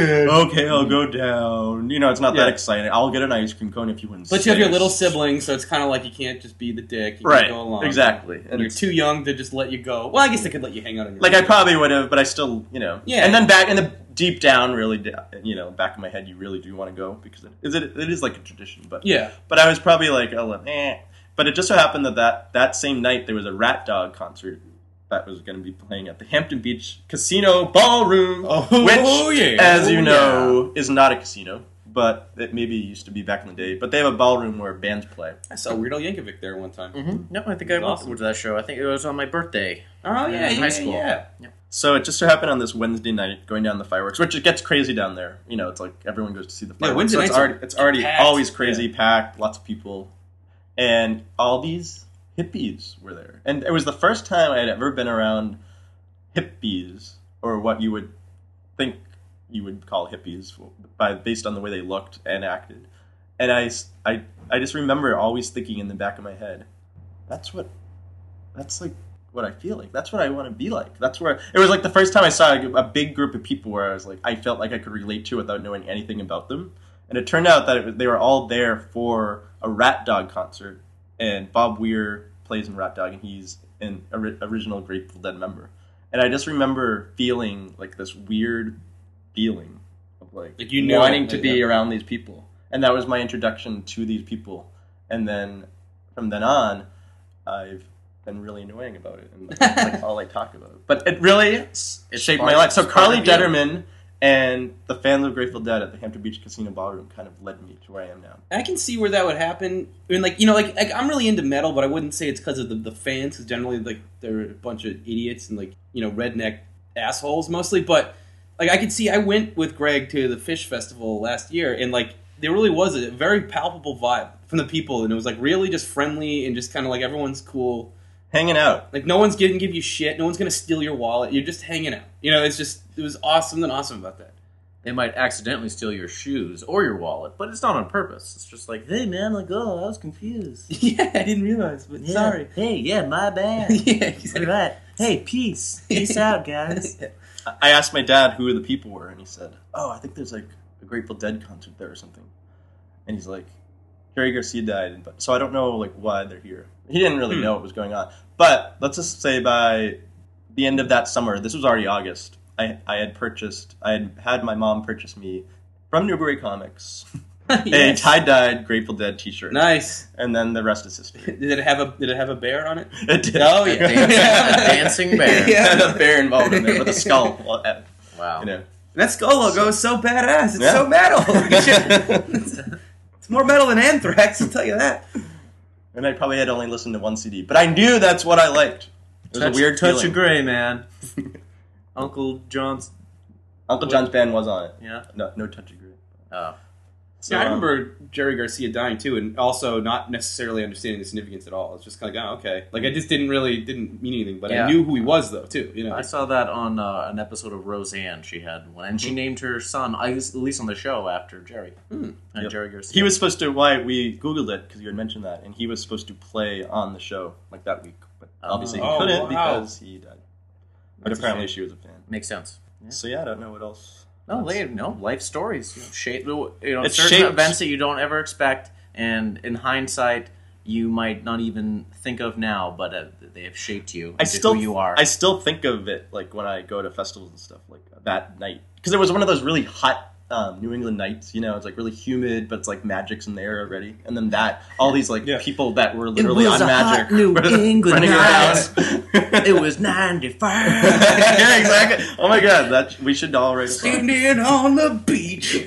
Speaker 1: word
Speaker 2: okay, I'll go down. You know, it's not
Speaker 1: Yeah.
Speaker 2: that exciting. I'll get an ice cream cone if you wouldn't.
Speaker 1: But you have your
Speaker 2: say.
Speaker 1: little siblings, so it's kind of like you can't just be the dick. You
Speaker 2: right?
Speaker 1: can go along.
Speaker 2: Exactly, and
Speaker 1: And you're
Speaker 2: it's-
Speaker 1: too young to just let you go. Well, I guess they could let you hang out on your
Speaker 2: Like I probably would have, but I still, you know.
Speaker 1: Yeah.
Speaker 2: And then back in the deep down, really, d- you know, back in my head, you really do want to go because it is it, it is like a tradition. But
Speaker 1: Yeah.
Speaker 2: But I was probably like, oh, eh. But it just so happened that, that that same night there was a Rat Dog concert that was going to be playing at the Hampton Beach Casino Ballroom,
Speaker 1: Oh,
Speaker 2: which,
Speaker 1: yeah.
Speaker 2: as
Speaker 3: Oh,
Speaker 2: you know, is not a casino, but it maybe used to be back in the day. But they have a ballroom where bands play.
Speaker 1: I saw Weirdo Yankovic there one
Speaker 2: Mm.
Speaker 1: time.
Speaker 3: hmm No, I think I
Speaker 1: Awesome.
Speaker 3: went to that show. I think it was on my birthday.
Speaker 1: Oh yeah,
Speaker 3: In
Speaker 1: yeah,
Speaker 3: high school.
Speaker 1: yeah.
Speaker 2: So it just so happened on this Wednesday night, going down the fireworks, which it gets crazy down there. You know, it's like everyone goes to see the fireworks.
Speaker 1: Wednesday
Speaker 2: so it's
Speaker 1: nights are
Speaker 2: already, it's already
Speaker 1: packed.
Speaker 2: always crazy, packed, lots of people, and all these hippies were there. And it was the first time I had ever been around hippies, or what you would think you would call hippies, by based on the way they looked and acted. And I, s- I- I just remember always thinking in the back of my head, that's what, that's like what I feel like. That's what I want to be like. That's where it was like the first time I saw a, a big group of people where I was like I felt like I could relate to without knowing anything about them. And it turned out that it, was- they were all there for a Rat Dog concert, and Bob Weir plays in Rat Dog, and he's an ori- original Grateful Dead member. And I just remember feeling like this weird feeling of like,
Speaker 1: Like you knew
Speaker 2: wanting
Speaker 1: it,
Speaker 2: to
Speaker 1: like,
Speaker 2: be
Speaker 1: yeah.
Speaker 2: around these people, and that was my introduction to these people. And then from then on, I've been really annoying about it, and that's like all I talk about. But it really s-
Speaker 3: It
Speaker 2: shaped
Speaker 3: sparked-
Speaker 2: my life. So
Speaker 3: sparked
Speaker 2: Carly
Speaker 3: you.
Speaker 2: Detterman and the fans of Grateful Dead at the Hampton Beach Casino Ballroom kind of led me to where I am now.
Speaker 1: I can see where that would happen. I mean, like you know, like, like I'm really into metal, but I wouldn't say it's because of the, the fans, because generally, like they're a bunch of idiots and like you know redneck assholes mostly. But like I could see, I went with Greg to the Fish Festival last year, and like there really was a very palpable vibe from the people, and it was like really just friendly and just kind of like everyone's cool.
Speaker 2: Hanging out.
Speaker 1: Like no one's gonna give you shit, no one's gonna steal your wallet. You're just hanging out. You know, it's just it was awesome and awesome about that.
Speaker 3: They might accidentally steal your shoes or your wallet, but it's not on purpose. It's just like, hey man, like oh, I was confused.
Speaker 1: yeah, I didn't realize, but
Speaker 3: Yeah.
Speaker 1: sorry.
Speaker 3: Hey, yeah, my bad.
Speaker 1: yeah,
Speaker 3: All
Speaker 1: exactly.
Speaker 3: right. Hey, peace, peace out, guys.
Speaker 2: I- I asked my dad who the people were, and he said, "Oh, I think there's like a Grateful Dead concert there or something." And he's like, "Jerry Garcia died, but so I don't know like why they're here." He didn't really
Speaker 1: Hmm.
Speaker 2: know what was going on. But let's just say by the end of that summer, this was already August. I I had purchased, I had had my mom purchase me from Newbury Comics
Speaker 1: Yes.
Speaker 2: a tie dyed Grateful Dead T-shirt,
Speaker 1: Nice.
Speaker 2: and then the rest is history.
Speaker 1: Did it have a Did it have a bear on it?
Speaker 2: It did.
Speaker 1: Oh, yeah.
Speaker 3: Dancing- dancing bear.
Speaker 2: It
Speaker 1: Yeah.
Speaker 2: had a bear involved in it with a skull. uh,
Speaker 3: Wow.
Speaker 2: You know.
Speaker 1: And that skull logo is so badass. It's
Speaker 2: Yeah.
Speaker 1: so metal. We should- it's more metal than Anthrax. I'll tell you that.
Speaker 2: and I probably had only listened to one CD, but I knew that's what I liked. It was
Speaker 3: touch,
Speaker 2: a weird
Speaker 3: touch
Speaker 2: feeling.
Speaker 3: of gray, man. Uncle John's.
Speaker 2: Uncle John's band was on it.
Speaker 3: Yeah.
Speaker 2: No, no touch of gray.
Speaker 3: Oh.
Speaker 2: So,
Speaker 1: Yeah, I
Speaker 2: um,
Speaker 1: remember Jerry Garcia dying too, and also not necessarily understanding the significance at all. It's just kind of like, oh, okay. Like I just didn't really didn't mean anything, but
Speaker 3: Yeah.
Speaker 1: I knew who he was though too. You know.
Speaker 3: I saw that on uh, an episode of Roseanne. She had one, and she named her son I was- at least on the show after Jerry.
Speaker 1: Hmm.
Speaker 3: And
Speaker 2: Yep.
Speaker 3: Jerry Garcia.
Speaker 2: he was supposed to. Why we googled it because you had mentioned that, and he was supposed to play on the show like that week, but obviously
Speaker 1: Oh,
Speaker 2: he couldn't
Speaker 1: wow.
Speaker 2: because he died. But
Speaker 1: That's a
Speaker 2: apparently she was a fan.
Speaker 3: makes sense. Yeah.
Speaker 2: So yeah, I don't know what else.
Speaker 3: No, they no life stories. You know, shape, you know
Speaker 2: It's
Speaker 3: certain
Speaker 2: shaped-
Speaker 3: events that you don't ever expect, and in hindsight, you might not even think of now, but uh, they have shaped you.
Speaker 2: I
Speaker 3: into
Speaker 2: still
Speaker 3: who you are.
Speaker 2: I still think of it like when I go to festivals and stuff like that night because it was one of those really hot um, New England nights. You know, it's like really humid, but it's like magic's in the air already. And then that all these like
Speaker 1: Yeah.
Speaker 2: people that were literally
Speaker 3: was
Speaker 2: on
Speaker 3: a hot
Speaker 2: magic,
Speaker 3: New
Speaker 2: were
Speaker 3: England
Speaker 2: running
Speaker 3: night.
Speaker 2: around.
Speaker 3: it was ninety five.
Speaker 2: yeah, exactly. Oh my god, that we should all write. a song.
Speaker 1: Standing on the beach,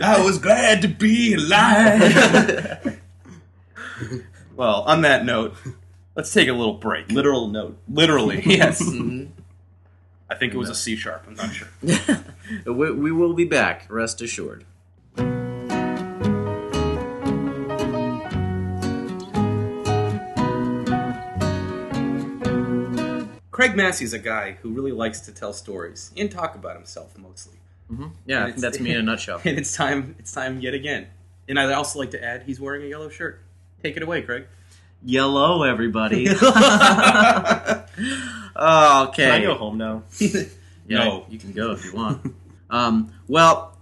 Speaker 1: I was glad to be alive. well, on that note, let's take a little break.
Speaker 2: Literal note.
Speaker 1: Literally, yes. I think it was a C sharp. I'm not sure.
Speaker 3: we, we will be back. Rest assured.
Speaker 1: Craig Massey's a guy who really likes to tell stories and talk about himself mostly.
Speaker 3: Yeah, I
Speaker 1: And
Speaker 3: think
Speaker 1: it's-
Speaker 3: that's me in a nutshell.
Speaker 1: And it's time. It's time yet again. And I'd also like to add, he's wearing a yellow shirt. Take it away, Craig.
Speaker 3: Yellow, everybody. Oh, okay.
Speaker 2: Can I go home now?
Speaker 3: Yeah,
Speaker 1: No.
Speaker 3: you can go if you want. um, well,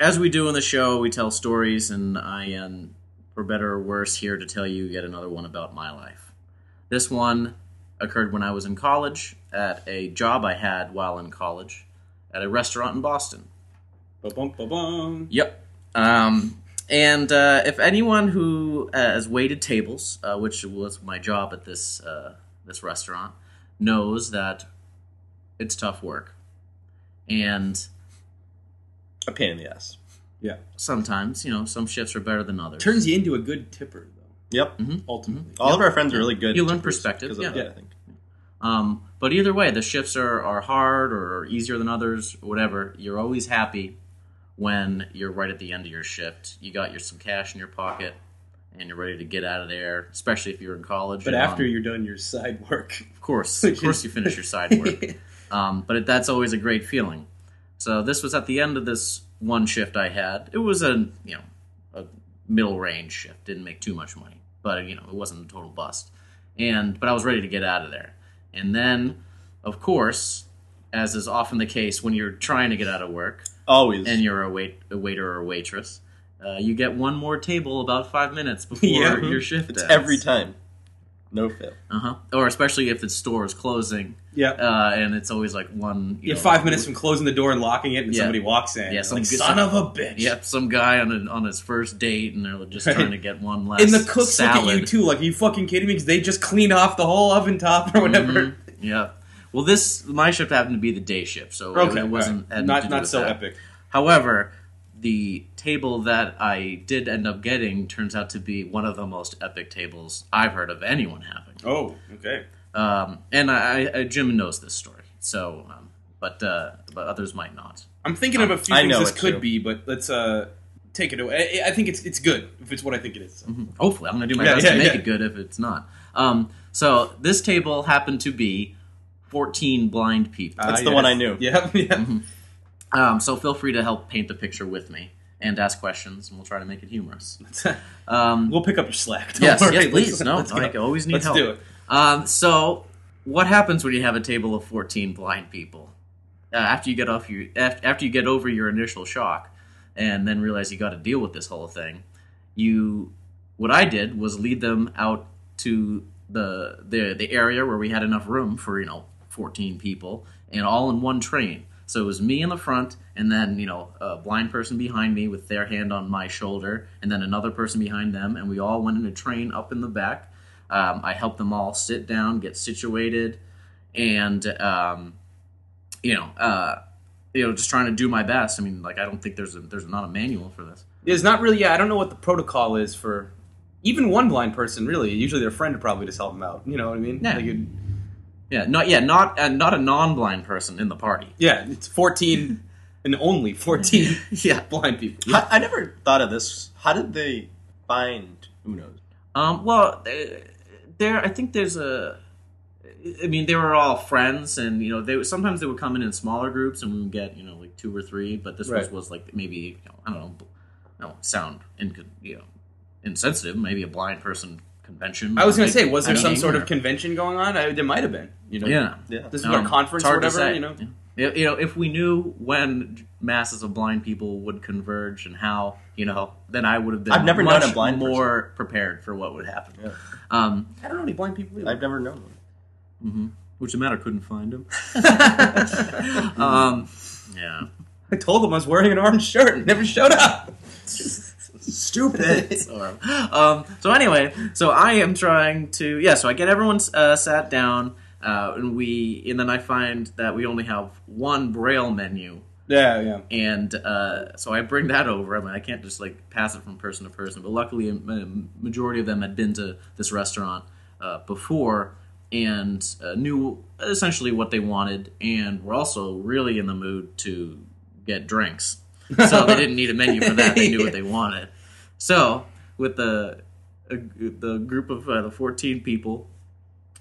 Speaker 3: as we do in the show, we tell stories, and I am, for better or worse, here to tell you yet another one about my life. This one occurred when I was in college at a job I had while in college at a restaurant in Boston.
Speaker 1: Ba-bum, ba-bum.
Speaker 3: Yep. Um, and uh, if anyone who uh, has waited tables, uh, which was my job at this uh, this restaurant, knows that it's tough work, and
Speaker 2: A pain in the ass.
Speaker 1: Yeah.
Speaker 3: sometimes you know some shifts are better than others.
Speaker 1: Turns you into a good tipper, though.
Speaker 2: Yep.
Speaker 1: Ultimately.
Speaker 3: Oh,
Speaker 2: All of our friends are really good.
Speaker 3: Mm-hmm. You learn
Speaker 2: tippers
Speaker 3: perspective,
Speaker 2: because of
Speaker 3: yeah.
Speaker 2: that, I think.
Speaker 3: Um, but either way, the shifts are, are hard or easier than others, whatever. You're always happy when you're right at the end of your shift. You got your some cash in your pocket, and you're ready to get out of there. Especially if you're in college.
Speaker 1: But
Speaker 3: you're
Speaker 1: after
Speaker 3: on-
Speaker 1: you're done your side work,
Speaker 3: Of course, of course, you finish your side work. Um, but it, that's always a great feeling. So this was at the end of this one shift I had. It was a you know a middle range shift. Didn't make too much money, but you know it wasn't a total bust. And but I was ready to get out of there. And then, of course, as is often the case when you're trying to get out of work
Speaker 2: Always.
Speaker 3: and you're a, wait- a waiter or a waitress, uh, you get one more table about five minutes before
Speaker 1: Yeah.
Speaker 3: your shift
Speaker 2: it's
Speaker 3: ends.
Speaker 2: every time. No fail.
Speaker 3: Uh-huh. Or especially if the store is closing
Speaker 1: Yeah.
Speaker 3: uh, and it's always like one.
Speaker 1: You
Speaker 3: You know,
Speaker 1: have five minutes from closing the door and locking it, and
Speaker 3: Yeah.
Speaker 1: somebody walks in.
Speaker 3: Yeah,
Speaker 1: It's
Speaker 3: some
Speaker 1: like,
Speaker 3: good-
Speaker 1: son of a bitch.
Speaker 3: Yep, some guy on a, on his first date, and they're just
Speaker 1: Right.
Speaker 3: trying to get one last.
Speaker 1: And the cooks
Speaker 3: salad.
Speaker 1: look at you too, like, are you fucking kidding me? Because they just cleaned off the whole oven top or whatever.
Speaker 3: Mhm. Yeah. Well, this my shift happened to be the day shift, so
Speaker 1: Okay,
Speaker 3: it wasn't
Speaker 1: all right.
Speaker 3: had
Speaker 1: not
Speaker 3: to do
Speaker 1: not
Speaker 3: with
Speaker 1: so
Speaker 3: that.
Speaker 1: epic.
Speaker 3: However, the table that I did end up getting turns out to be one of the most epic tables I've heard of anyone having.
Speaker 1: Oh, okay.
Speaker 3: Um, and I, I, Jim knows this story, so um, but uh, but others might not.
Speaker 1: I'm thinking
Speaker 3: Um,
Speaker 1: of a few
Speaker 2: I
Speaker 1: things
Speaker 2: know
Speaker 1: this
Speaker 2: it
Speaker 1: could
Speaker 2: too.
Speaker 1: be, but let's uh take it away. I, I think it's it's good if it's what I think it is.
Speaker 3: Hopefully, I'm gonna do my
Speaker 1: Yeah,
Speaker 3: best
Speaker 1: yeah,
Speaker 3: to make
Speaker 1: yeah.
Speaker 3: it good if it's not. Um, so this table happened to be 14 blind people.
Speaker 2: That's the one I knew.
Speaker 1: Uh, Yeah, yeah.
Speaker 3: Um, so feel free to help paint the picture with me and ask questions, and we'll try to make it humorous. Um,
Speaker 1: we'll pick up your slack. Don't
Speaker 3: yes,
Speaker 1: worry.
Speaker 3: yes, please.
Speaker 1: Let's-
Speaker 3: no,
Speaker 1: let's go.
Speaker 3: I always need
Speaker 1: Let's
Speaker 3: help.
Speaker 1: do it.
Speaker 3: Um, so, what happens when you have a table of fourteen blind people? Uh, after you get off your af- after you get over your initial shock, and then realize you got to deal with this whole thing, you what I did was lead them out to the the the area where we had enough room for you know fourteen people, and all in one train. So it was me in the front, and then you know a blind person behind me with their hand on my shoulder, and then another person behind them, and we all went in a train up in the back. Um, I helped them all sit down, get situated, and um, you know, uh, you know, just trying to do my best. I mean, like I don't think there's a, there's not a manual for this.
Speaker 1: There's not really. Yeah, I don't know what the protocol is for even one blind person. Really, usually their friend would probably just help them out. You know what I mean?
Speaker 3: Yeah.
Speaker 1: Like, you'd-
Speaker 3: Yeah, not yeah, not uh, not a non-blind person in the party.
Speaker 1: yeah. It's 14 and only 14
Speaker 3: yeah.
Speaker 1: blind people.
Speaker 2: How- I never thought of this. How did they find Uno's?
Speaker 3: Um. Well, eh, there. I think there's a. I mean, they were all friends, and you know, they sometimes they would come in in smaller groups, and we would get you know like two or three. But this was
Speaker 1: Right.
Speaker 3: was like maybe you know, I don't know, b- no sound in, you know insensitive. Maybe a blind person convention.
Speaker 1: I was
Speaker 3: or
Speaker 1: gonna
Speaker 3: big
Speaker 1: say, was there some
Speaker 3: meeting
Speaker 1: sort
Speaker 3: or-
Speaker 1: of convention going on? I, there might have been. You know.
Speaker 3: yeah.
Speaker 2: Yeah.
Speaker 1: This is
Speaker 3: Um,
Speaker 1: a conference
Speaker 3: it's
Speaker 1: or
Speaker 3: hard to
Speaker 1: whatever.
Speaker 3: say.
Speaker 1: You know.
Speaker 3: Yeah. You know, if we knew when masses of blind people would converge and how, you know, then I would have been
Speaker 2: I've never
Speaker 3: much
Speaker 2: known a blind
Speaker 3: more prepared for what would happen.
Speaker 2: Yeah.
Speaker 3: Um,
Speaker 1: I don't know any blind people. Either.
Speaker 2: I've never known one.
Speaker 3: which the matter couldn't find him. um, yeah.
Speaker 1: I told them I was wearing an orange shirt and never showed up.
Speaker 2: Stupid.
Speaker 3: Sorrow. um, so anyway, so I am trying to yeah. So I get everyone uh, sat down, uh, and we and then I find that we only have one braille menu
Speaker 1: Yeah, yeah.
Speaker 3: and uh, so I bring that over. I mean, I can't just like pass it from person to person, but luckily, a a majority of them had been to this restaurant uh, before and uh, knew essentially what they wanted, and were also really in the mood to get drinks. So they didn't need a menu for that; they knew what they wanted. So with the a, the group of uh, the fourteen people,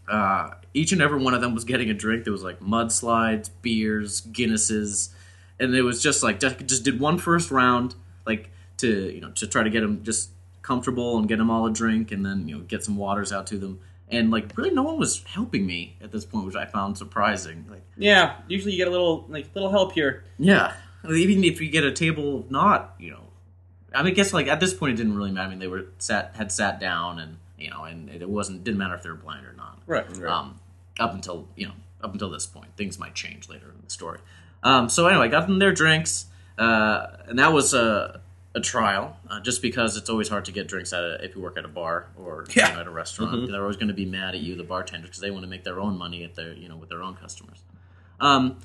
Speaker 3: uh, each and every one of them was getting a drink. There was like mudslides, beers, Guinnesses, and it was just like just, just did one first round, like to you know to try to get them just comfortable and get them all a drink, and then you know get some waters out to them. And like really, no one was helping me at this point, which I found surprising. Like
Speaker 1: Yeah, usually you get a little like little help here.
Speaker 3: yeah, I mean, even if you get a table of not you know, I mean, I guess like at this point it didn't really matter. I mean, they were sat had sat down, and you know, and it wasn't didn't matter if they were blind or not
Speaker 1: Right.
Speaker 3: um, up until you know up until this point things might change later in the story um, so anyway got them their drinks uh, and that was a, a trial uh, just because it's always hard to get drinks at a, if you work at a bar or you
Speaker 1: Yeah. Mm-hmm.
Speaker 3: know, at a restaurant they're always going to be mad at you the bartenders because they want to make their own money at their you know with their own customers um,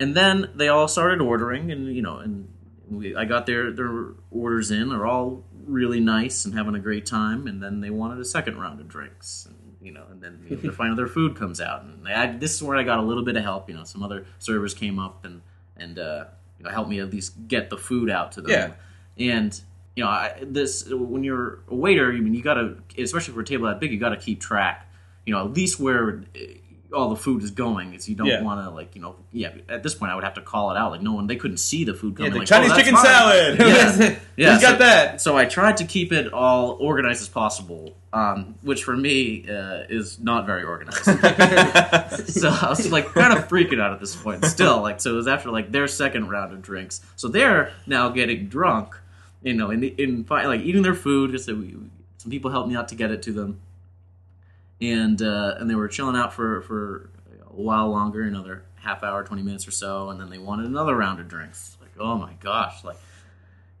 Speaker 3: and then they all started ordering, and you know, and we, I got their their orders in. They're all really nice and having a great time. And then they wanted a second round of drinks, and you know, and then you know, finally their food comes out. And I, this is where I got a little bit of help. You know, some other servers came up and and uh, you know helped me at least get the food out to them
Speaker 1: Yeah.
Speaker 3: and you know I, this when you're a waiter i mean you gotta especially for a table that big you gotta keep track you know at least where eh, all the food is going. It's you don't
Speaker 1: Yeah.
Speaker 3: want to like you know yeah. At this point, I would have to call it out. Like no one, they couldn't see the food coming.
Speaker 1: the
Speaker 3: like,
Speaker 1: Chinese
Speaker 3: "Oh, that's
Speaker 1: chicken
Speaker 3: mine."
Speaker 1: salad.
Speaker 3: Yeah. Yeah,
Speaker 1: Who's got
Speaker 3: so-
Speaker 1: that?
Speaker 3: So I tried to keep it all organized as possible, um, which for me uh, is not very organized. so I was like kind of freaking out at this point still. Like so it was after like their second round of drinks. So they're now getting drunk, you know, in the in fi- like eating their food. Just that we, some people helped me out to get it to them, and uh, and they were chilling out for for a while longer, another half hour, twenty minutes or so, and then they wanted another round of drinks. Like oh my gosh, like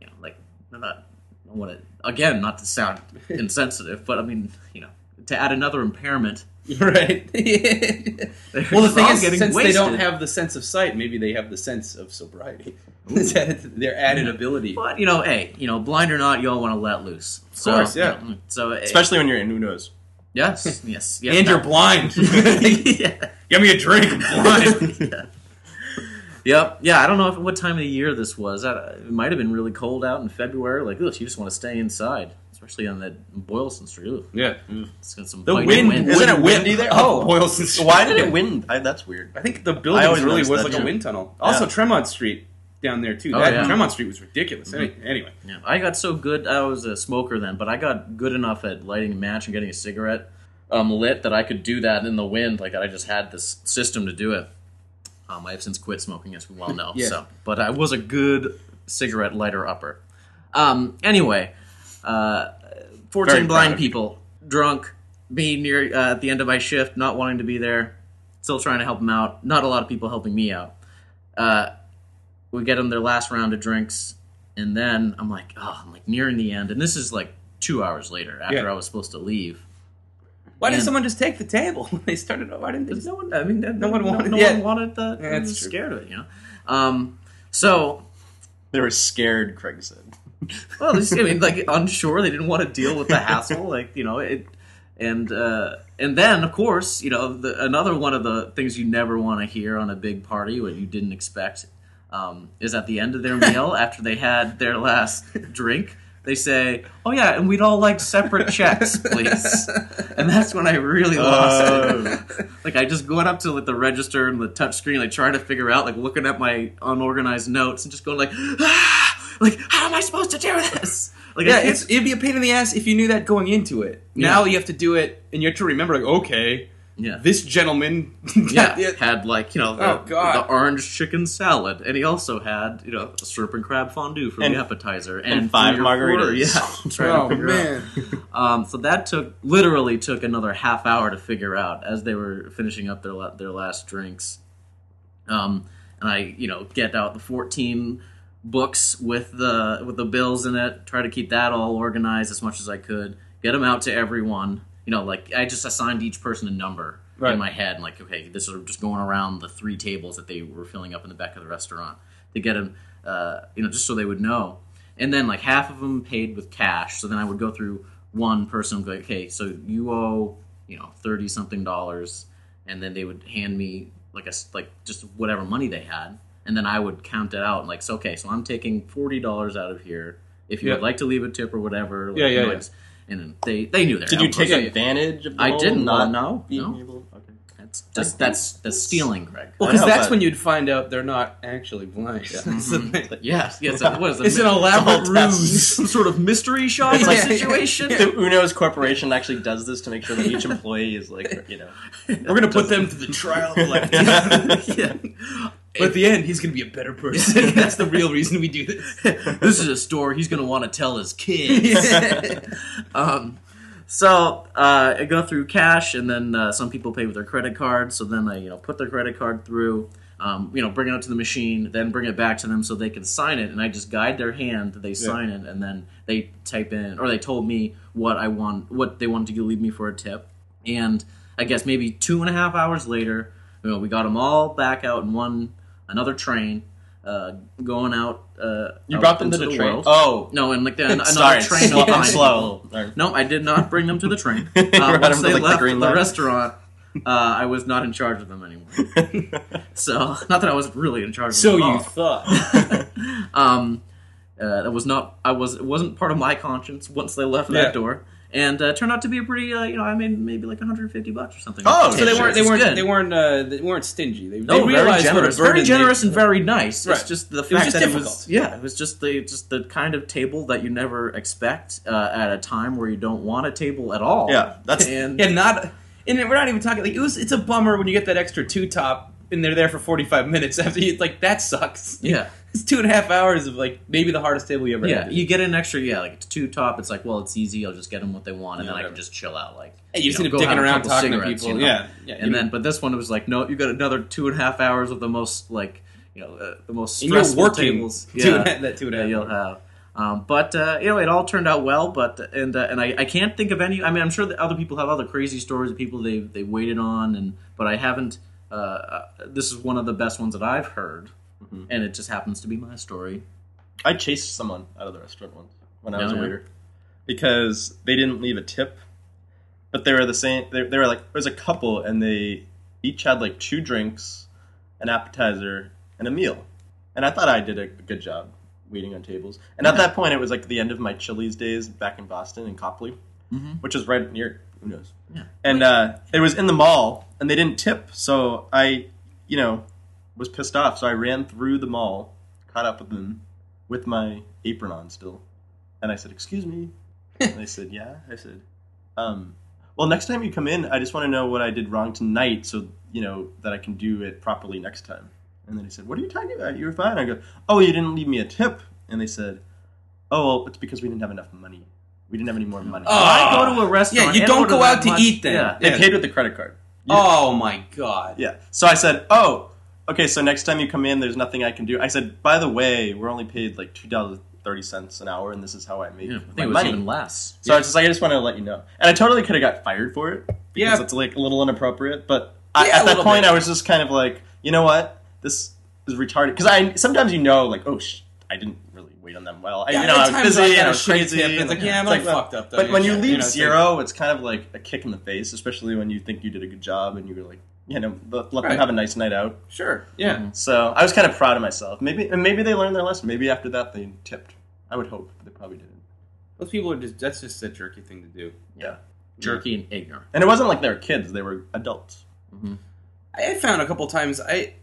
Speaker 3: you know, like I'm not I want to again not to sound insensitive, but I mean you know to add another impairment.
Speaker 1: right. well, the
Speaker 3: We're
Speaker 1: thing
Speaker 3: all
Speaker 1: is,
Speaker 3: getting
Speaker 1: since they don't
Speaker 3: wasted.
Speaker 1: have the sense of sight, maybe they have the sense of sobriety. Their added ability.
Speaker 3: But you know, hey, you know, blind or not, you all want to let loose. So,
Speaker 1: course, yeah.
Speaker 3: you know, so eh,
Speaker 2: Especially when you're in, who knows?
Speaker 3: yes, yes, yes,
Speaker 1: and
Speaker 3: no.
Speaker 1: you're blind.
Speaker 3: yeah.
Speaker 1: Get me a drink. I'm blind.
Speaker 3: yeah. Yep. Yeah. I don't know if, what time of the year this was. I, it might have been really cold out in February. Like, ugh, you just want to stay inside, especially on that Boylston Street. Ugh,
Speaker 1: yeah.
Speaker 2: Mm.
Speaker 3: it's got some
Speaker 2: The
Speaker 3: biting
Speaker 2: wind-
Speaker 3: wind.
Speaker 2: Isn't it
Speaker 1: Wind-
Speaker 2: windy there?
Speaker 1: Oh, Boylston Street.
Speaker 2: Why did it wind? I, that's weird.
Speaker 1: I think the
Speaker 2: I
Speaker 1: building
Speaker 2: always
Speaker 1: really was
Speaker 2: noticed
Speaker 1: like
Speaker 2: that,
Speaker 1: a
Speaker 2: too.
Speaker 1: wind tunnel. Also,
Speaker 2: Yeah.
Speaker 1: Tremont Street down there too.
Speaker 3: Oh,
Speaker 1: that
Speaker 3: yeah.
Speaker 1: Tremont Street was ridiculous. Any-
Speaker 2: Mm-hmm.
Speaker 1: Anyway,
Speaker 3: Yeah, I got so good. I was a smoker then, but I got good enough at lighting a match and getting a cigarette um, lit that I could do that in the wind. Like that, I just had this system to do it. Um, I have since quit smoking, as we well know.
Speaker 1: Yeah.
Speaker 3: So, but I was a good cigarette lighter upper. Um, anyway, uh, fourteen
Speaker 2: Very proud
Speaker 3: blind
Speaker 2: of you.
Speaker 3: people, drunk, me near uh, at the end of my shift, not wanting to be there, still trying to help them out. Not a lot of people helping me out. Uh, we get them their last round of drinks, and then I'm like, oh, I'm like nearing the end, and this is like two hours later after
Speaker 1: Yeah.
Speaker 3: I was supposed to leave.
Speaker 1: why didn't
Speaker 3: And-
Speaker 1: someone just take the table when they started? Why didn't they?
Speaker 3: Because
Speaker 1: Just,
Speaker 3: no one, I mean, no, no
Speaker 1: one wanted-
Speaker 3: no,
Speaker 1: yeah.
Speaker 3: one wanted the.
Speaker 1: Yeah,
Speaker 3: they were
Speaker 1: that's
Speaker 3: just
Speaker 1: true.
Speaker 3: scared of it, you know. Um, so,
Speaker 2: They were scared, Craig said.
Speaker 3: well, they just, I mean, like unsure, they didn't want to deal with the hassle, like you know it, and uh, and then of course, you know, the, another one of the things you never want to hear on a big party, what you didn't expect, um, is at the end of their meal after they had their last drink. They say, "Oh yeah, and we'd all like separate checks, please." And that's when I really lost it.
Speaker 2: Oh.
Speaker 3: Like I just going up to like the register and the touch screen, like trying to figure out, like looking at my unorganized notes and just going like, ah! like how am I supposed to do this? Like I
Speaker 1: yeah,
Speaker 3: can't-
Speaker 1: it's, it'd be a pain in the ass if you knew that going into it. Now
Speaker 3: Yeah.
Speaker 1: you have to do it, and you have to remember, like, okay,
Speaker 3: yeah.
Speaker 1: this gentleman.
Speaker 3: yeah,
Speaker 1: yeah.
Speaker 3: had like you know the,
Speaker 1: Oh, God.
Speaker 3: the orange chicken salad, and he also had you know shrimp and crab fondue for
Speaker 2: And-
Speaker 3: the appetizer, and,
Speaker 2: and five
Speaker 3: three or four-
Speaker 2: margaritas.
Speaker 3: yeah, trying to
Speaker 1: Oh
Speaker 3: figure out.
Speaker 1: man!
Speaker 3: Um, so that took literally took another half hour to figure out as they were finishing up their la- their last drinks. Um, and I, you know, get out the fourteen books with the with the bills in it. Try to keep that all organized as much as I could. Get them out to everyone. You know, like I just assigned each person a number
Speaker 1: Right.
Speaker 3: in my head. and Like, okay, this is just going around the three tables that they were filling up in the back of the restaurant to get them, uh, you know, just so they would know. And then like half of them paid with cash. So then I would go through one person and be like, okay, so you owe, you know, thirty something dollars, and then they would hand me like a s- like just whatever money they had, and then I would count it out and like, so okay, so I'm taking forty dollars out of here. If you
Speaker 1: Yeah.
Speaker 3: would like to leave a tip or whatever, like,
Speaker 1: Yeah, yeah,
Speaker 3: you know,
Speaker 1: yeah.
Speaker 3: it's- And then they they knew their
Speaker 2: Did you
Speaker 3: help.
Speaker 2: take
Speaker 1: Yeah.
Speaker 2: advantage of the
Speaker 3: I
Speaker 2: whole
Speaker 3: didn't.
Speaker 2: not
Speaker 3: no,
Speaker 2: being
Speaker 3: no.
Speaker 2: able? Okay.
Speaker 3: That's that's that's that's stealing, Greg.
Speaker 1: Well,
Speaker 2: I
Speaker 1: because
Speaker 2: know,
Speaker 1: that's
Speaker 2: but-
Speaker 1: when you'd find out they're not actually blind. That's the thing.
Speaker 3: Yes, yes. It was.
Speaker 1: It's an elaborate
Speaker 2: It's a whole test.
Speaker 1: ruse.
Speaker 3: some sort of mystery shopping
Speaker 1: like-
Speaker 3: situation.
Speaker 2: The Uno's corporation actually does this to make sure that each employee is like, you know,
Speaker 1: We're gonna put them to the trial of life.
Speaker 3: yeah.
Speaker 1: But at the end, he's gonna be a better person. That's the real reason we do this.
Speaker 3: this is a story he's going to want to tell his kids. um, so uh, I go through cash, and then uh, some people pay with their credit card. So then I, you know, put their credit card through, um, you know, bring it up to the machine, then bring it back to them so they can sign it. And I just guide their hand; they sign it, and then they type in, or they told me what I want, what they wanted to leave me for a tip. And I guess maybe two and a half hours later, you know, we got them all back out in one another train, uh, going out. Uh,
Speaker 2: you
Speaker 3: out
Speaker 2: brought them to
Speaker 3: into
Speaker 2: the train.
Speaker 3: world.
Speaker 2: Oh,
Speaker 3: No, and like the, another
Speaker 2: sorry,
Speaker 3: train.
Speaker 2: slow, I'm
Speaker 3: behind.
Speaker 2: slow.
Speaker 3: No, I did not bring them to the train.
Speaker 2: You
Speaker 3: Uh,
Speaker 2: brought
Speaker 3: once
Speaker 2: them to,
Speaker 3: they
Speaker 2: like, the
Speaker 3: left the,
Speaker 2: Green Line.
Speaker 3: restaurant, uh, I was not in charge of them anymore. So, not that I was really in charge. of
Speaker 1: So
Speaker 3: them
Speaker 1: you
Speaker 3: at
Speaker 1: thought?
Speaker 3: all. um, uh, that was not. I was. It wasn't part of my conscience once they left
Speaker 1: Yeah.
Speaker 3: that door. and uh, turned out to be a pretty uh, you know I made maybe like 150 bucks or something.
Speaker 2: Oh,
Speaker 1: So they
Speaker 2: Sure,
Speaker 1: weren't they
Speaker 3: It's
Speaker 1: weren't
Speaker 3: good.
Speaker 1: they weren't uh, they weren't stingy. They,
Speaker 3: No,
Speaker 1: they
Speaker 3: very
Speaker 1: realized
Speaker 3: generous,
Speaker 1: what a burden
Speaker 3: very generous
Speaker 1: they,
Speaker 3: and very nice.
Speaker 1: Right.
Speaker 3: It's just the
Speaker 1: was
Speaker 3: fact
Speaker 1: just
Speaker 3: that it
Speaker 1: difficult.
Speaker 3: was yeah, it was just the just the kind of table that you never expect uh, at a time where you don't want a table at all.
Speaker 2: Yeah, that's-
Speaker 3: and
Speaker 1: yeah, not and we're not even talking like it was. It's a bummer when you get that extra two top and they're there for forty five minutes after you like that sucks.
Speaker 3: yeah.
Speaker 1: It's two and a half hours of like maybe the hardest table you ever
Speaker 3: Yeah,
Speaker 1: had.
Speaker 3: you get an extra yeah, like it's two top. It's like, well, it's easy. I'll just get them what they want, and
Speaker 2: Yeah,
Speaker 3: then I
Speaker 2: whatever.
Speaker 3: can just chill out. Like,
Speaker 1: Hey,
Speaker 3: you
Speaker 1: you just
Speaker 3: know,
Speaker 1: end
Speaker 3: go
Speaker 1: up dicking
Speaker 3: have a
Speaker 1: around
Speaker 3: couple
Speaker 1: talking to
Speaker 3: cigarettes,
Speaker 1: people.
Speaker 3: you know?
Speaker 1: Yeah, yeah.
Speaker 3: and then but this one was like, no, you got another two and a half hours of the most like you know uh, the most
Speaker 1: and you're
Speaker 3: stressful
Speaker 1: working
Speaker 3: tables.
Speaker 1: two and a, that two and a
Speaker 3: that
Speaker 1: half.
Speaker 3: you'll have. Um, but uh, you know, it all turned out well. But and uh, and I, I can't think of any. I mean, I'm sure that other people have other crazy stories of people they they waited on, and but I haven't. Uh, uh, this is one of the best ones that I've heard,
Speaker 1: Mm-hmm.
Speaker 3: and it just happens to be my story.
Speaker 2: I chased someone out of the restaurant once when I
Speaker 3: Oh,
Speaker 2: was
Speaker 3: yeah.
Speaker 2: a waiter because they didn't leave a tip, but they were the same. They, they were like there was a couple and they each had like two drinks, an appetizer, and a meal, and I thought I did a good job waiting on tables. And at that point, it was like the end of my Chili's days back in Boston in Copley,
Speaker 3: Mhm.
Speaker 2: which is right near who knows.
Speaker 3: Yeah.
Speaker 2: And uh, it was in the mall, and they didn't tip, so I, you know, was pissed off. So I ran through the mall, caught up with them with my apron on still. And I said, Excuse me. and they said, Yeah. I said, um, Well, next time you come in, I just want to know what I did wrong tonight so, you know, that I can do it properly next time. And then he said, What are you talking about? You were fine. I go, Oh, you didn't leave me a tip. And they said, Oh, well, it's because we didn't have enough money. We didn't have any more money.
Speaker 1: Oh,
Speaker 3: I go to a restaurant.
Speaker 1: Yeah, you
Speaker 3: and
Speaker 1: don't
Speaker 3: order
Speaker 1: go
Speaker 3: that
Speaker 1: out to
Speaker 3: much-
Speaker 1: eat then.
Speaker 3: Yeah.
Speaker 2: They
Speaker 1: yeah.
Speaker 2: paid with the credit card. You-
Speaker 1: Oh my god.
Speaker 2: Yeah. So I said, "Oh, okay. So next time you come in, there's nothing I can do." I said, "By the way, we're only paid like two dollars thirty cents an hour, and this is how I make
Speaker 3: Yeah, I
Speaker 2: my
Speaker 3: think it was
Speaker 2: money."
Speaker 3: even less.
Speaker 2: so I was just like, "I just want to let you know," and I totally could have got fired for it because
Speaker 1: Yeah.
Speaker 2: it's like a little inappropriate. But I,
Speaker 1: Yeah, a
Speaker 2: at that
Speaker 1: little
Speaker 2: point,
Speaker 1: bit.
Speaker 2: I was just kind of like, you know what, this is retarded. Because I sometimes you know, like, oh, sh- I didn't really wait on them well. I,
Speaker 1: Yeah,
Speaker 2: you know,
Speaker 1: there
Speaker 2: I
Speaker 1: are
Speaker 2: was
Speaker 1: times I
Speaker 2: busy
Speaker 1: got
Speaker 2: and
Speaker 1: a
Speaker 2: I was
Speaker 1: shitty
Speaker 2: crazy.
Speaker 1: tip, and it's like, yeah, I'm like
Speaker 2: it's
Speaker 1: fucked up, though.
Speaker 2: But when
Speaker 1: Yeah,
Speaker 2: you
Speaker 1: you
Speaker 2: leave
Speaker 1: know, it's like-
Speaker 2: zero, it's kind of like a kick in the face, especially when you think you did a good job and you were like, you know, let, let
Speaker 1: Right.
Speaker 2: them have a nice night out.
Speaker 1: Sure. Yeah.
Speaker 3: Mm-hmm.
Speaker 2: So I was kind of proud of myself. Maybe and maybe they learned their lesson. Maybe after that they tipped. I would hope they probably didn't.
Speaker 1: Those people are just that's just a jerky thing to do.
Speaker 2: Yeah.
Speaker 3: Jerky and ignorant.
Speaker 2: And it wasn't like they were kids; they were adults.
Speaker 1: I found a couple times I it,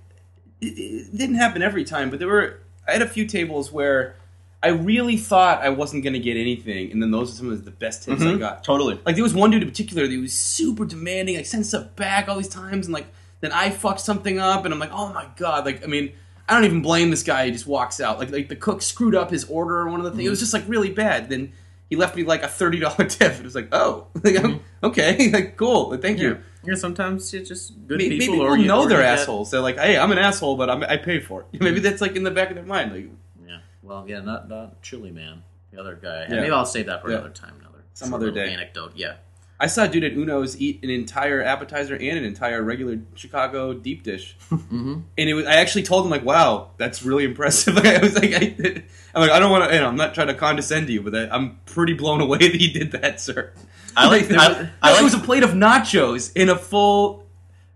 Speaker 1: it didn't happen every time, but there were I had a few tables where I really thought I wasn't going to get anything, and then those are some of the best tips
Speaker 3: Mm-hmm.
Speaker 1: I got.
Speaker 2: uh, Totally.
Speaker 1: Like there was one dude in particular that was super demanding, like sent stuff back all these times, and like then I fucked something up, and I'm like, oh my god, like I mean. I don't even blame this guy. He just walks out. Like like the cook screwed up his order or one of the things.
Speaker 3: Mm-hmm.
Speaker 1: It was just like really bad. Then he left me like a thirty dollar tip. It was like, oh, like, I'm- okay, like cool, thank you.
Speaker 3: Mm-hmm. Yeah, sometimes it's just good
Speaker 1: May-
Speaker 3: people,
Speaker 1: maybe people
Speaker 3: or you
Speaker 1: know
Speaker 3: or
Speaker 1: they're
Speaker 3: you get-
Speaker 1: assholes. They're like, hey, I'm an asshole, but I'm, I pay for it.
Speaker 3: Mm-hmm.
Speaker 1: Maybe that's like in the back of their mind. Like,
Speaker 3: Yeah. Well, yeah, not not Chili Man, the other guy.
Speaker 1: Yeah.
Speaker 3: Maybe I'll save that for
Speaker 1: Yeah.
Speaker 3: another time, another
Speaker 1: Some
Speaker 3: short
Speaker 1: other
Speaker 3: little
Speaker 1: day.
Speaker 3: anecdote. Yeah.
Speaker 1: I saw a dude at Uno's eat an entire appetizer and an entire regular Chicago deep dish,
Speaker 3: Mm-hmm.
Speaker 1: and it was. I actually told him like, wow, that's really impressive. Like, I was like, I, I'm like, I don't want to. You know, I'm not trying to condescend to you, but I, I'm pretty blown away that he did that, sir.
Speaker 2: I like.
Speaker 1: there was-
Speaker 2: I, I
Speaker 1: it
Speaker 2: like.
Speaker 1: was a plate of nachos in a full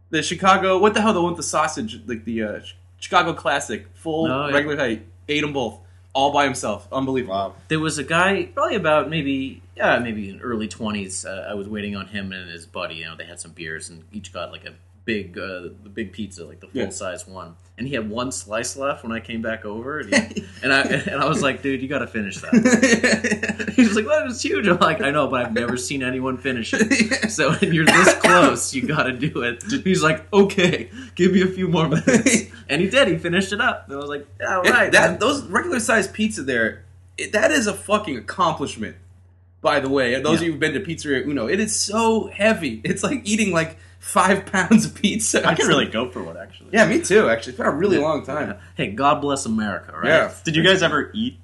Speaker 1: the Chicago. What the hell? The one with the sausage, like the uh, Ch- Chicago classic, full
Speaker 3: Oh, yeah.
Speaker 1: regular height. Ate them both all by himself. Unbelievable.
Speaker 2: wow.
Speaker 3: There was a guy, probably about maybe yeah, maybe in early twenties. Uh, I was waiting on him and his buddy. You know, they had some beers and each got like a big, uh, the big pizza, like the full
Speaker 1: Yeah.
Speaker 3: size one. And he had one slice left when I came back over, and, he- and I and I was like, dude, you got to finish that. He was like, well, it was huge. I'm like, I know, but I've never seen anyone finish it. So when you're this close, you gotta do it. He's like, okay, give me a few more minutes. And he did. He finished it up. And I was like, all
Speaker 1: It-
Speaker 3: right.
Speaker 1: that
Speaker 3: man."
Speaker 1: those regular sized pizza there, it, that is a fucking accomplishment. By the way, those of you who've been to Pizzeria Uno, it is so heavy. It's like eating like five pounds of pizza.
Speaker 2: I could really go for one actually.
Speaker 1: yeah, me too. Actually, it's been a really long time.
Speaker 3: hey, God bless America, right?
Speaker 1: Yeah.
Speaker 2: Did you guys ever eat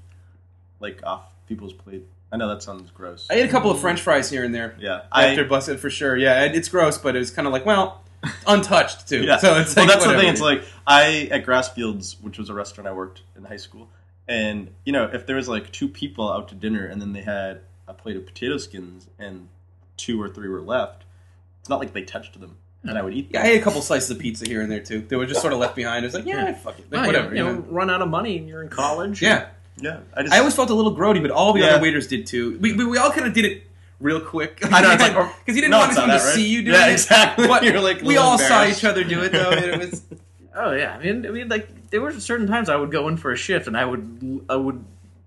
Speaker 2: like off people's plate? I know that sounds gross.
Speaker 1: I ate a couple of French fries here and there.
Speaker 2: yeah.
Speaker 1: after
Speaker 2: I.
Speaker 1: busted for sure. Yeah, and it's gross, but it was kind of like well, untouched too.
Speaker 2: Yeah.
Speaker 1: So it's
Speaker 2: well,
Speaker 1: like,
Speaker 2: that's
Speaker 1: whatever.
Speaker 2: the thing. It's like I at Grassfields, which was a restaurant I worked in high school, and you know, if there was like two people out to dinner, and then they had a plate of potato skins, and two or three were left, it's not like they touched them, and I would eat.
Speaker 1: yeah, I
Speaker 2: them.
Speaker 1: ate a couple slices of pizza here and there too. They were just sort of left behind. It was like yeah, fuck
Speaker 2: Oh,
Speaker 1: it, like,
Speaker 3: Well,
Speaker 1: whatever.
Speaker 3: You, know,
Speaker 1: you know?
Speaker 3: run out of money and you're in college.
Speaker 1: Yeah.
Speaker 2: yeah. I just
Speaker 1: I always felt a little grody, but all the
Speaker 2: Yeah.
Speaker 1: other waiters did too. We, we, we all kind of did it real quick.
Speaker 2: I know, it's like- oh,
Speaker 1: because he didn't
Speaker 2: no,
Speaker 1: want
Speaker 2: it's
Speaker 1: anyone
Speaker 2: not
Speaker 1: to
Speaker 2: that, right?
Speaker 1: see you do
Speaker 2: Yeah,
Speaker 1: it.
Speaker 2: exactly.
Speaker 1: But
Speaker 2: You're, like, a
Speaker 1: we
Speaker 2: little
Speaker 1: all saw
Speaker 2: embarrassed.
Speaker 1: each other do it though, and it was
Speaker 3: Oh yeah, I mean, I mean, like there were certain times I would go in for a shift and I would, I would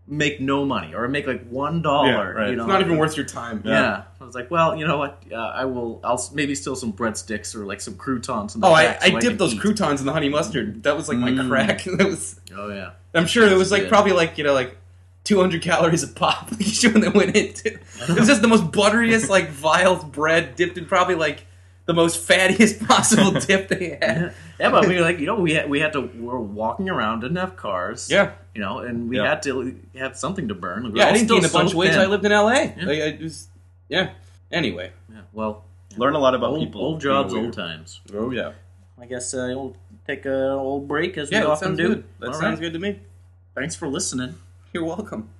Speaker 3: make no money or make like one dollar.
Speaker 2: Yeah, right.
Speaker 3: You know,
Speaker 2: It's
Speaker 1: it's not even worth your time.
Speaker 3: Yeah. I was like, well, you know what? Uh, I will. I'll s- maybe steal some breadsticks or like some croutons. In the
Speaker 1: Oh, I,
Speaker 3: back so
Speaker 1: I dipped
Speaker 3: can
Speaker 1: those
Speaker 3: eat.
Speaker 1: croutons in the honey mustard. That was like my
Speaker 2: Mm.
Speaker 1: crack. That was.
Speaker 3: Oh yeah.
Speaker 1: I'm sure it was like
Speaker 3: Yeah.
Speaker 1: probably like you know like 200 calories a pop. Each one that went into it was just the most butteriest like vile bread dipped in probably like the most fattiest possible dip they had.
Speaker 3: Yeah, but we were like, you know, we had, we had to. We were walking around, didn't have cars.
Speaker 1: Yeah.
Speaker 3: You know, and we
Speaker 2: Yeah.
Speaker 3: had to have something to burn. We were
Speaker 1: Yeah, I
Speaker 3: all
Speaker 1: didn't
Speaker 3: still
Speaker 1: gain a
Speaker 3: so
Speaker 1: bunch of weight. till I
Speaker 3: thin.
Speaker 1: lived in LA. Like,
Speaker 3: Yeah.
Speaker 1: I it was yeah. Anyway,
Speaker 3: Yeah, well,
Speaker 2: Learn a lot about
Speaker 3: old,
Speaker 2: people.
Speaker 3: old
Speaker 2: being
Speaker 3: jobs,
Speaker 2: weird.
Speaker 3: old times.
Speaker 1: oh yeah,
Speaker 3: I guess uh, we'll take a old break as
Speaker 1: yeah.
Speaker 3: we
Speaker 1: That
Speaker 3: often
Speaker 1: sounds
Speaker 3: do.
Speaker 1: good. That
Speaker 3: All
Speaker 1: sounds
Speaker 3: right.
Speaker 1: good to me.
Speaker 3: Thanks for listening.
Speaker 1: You're welcome.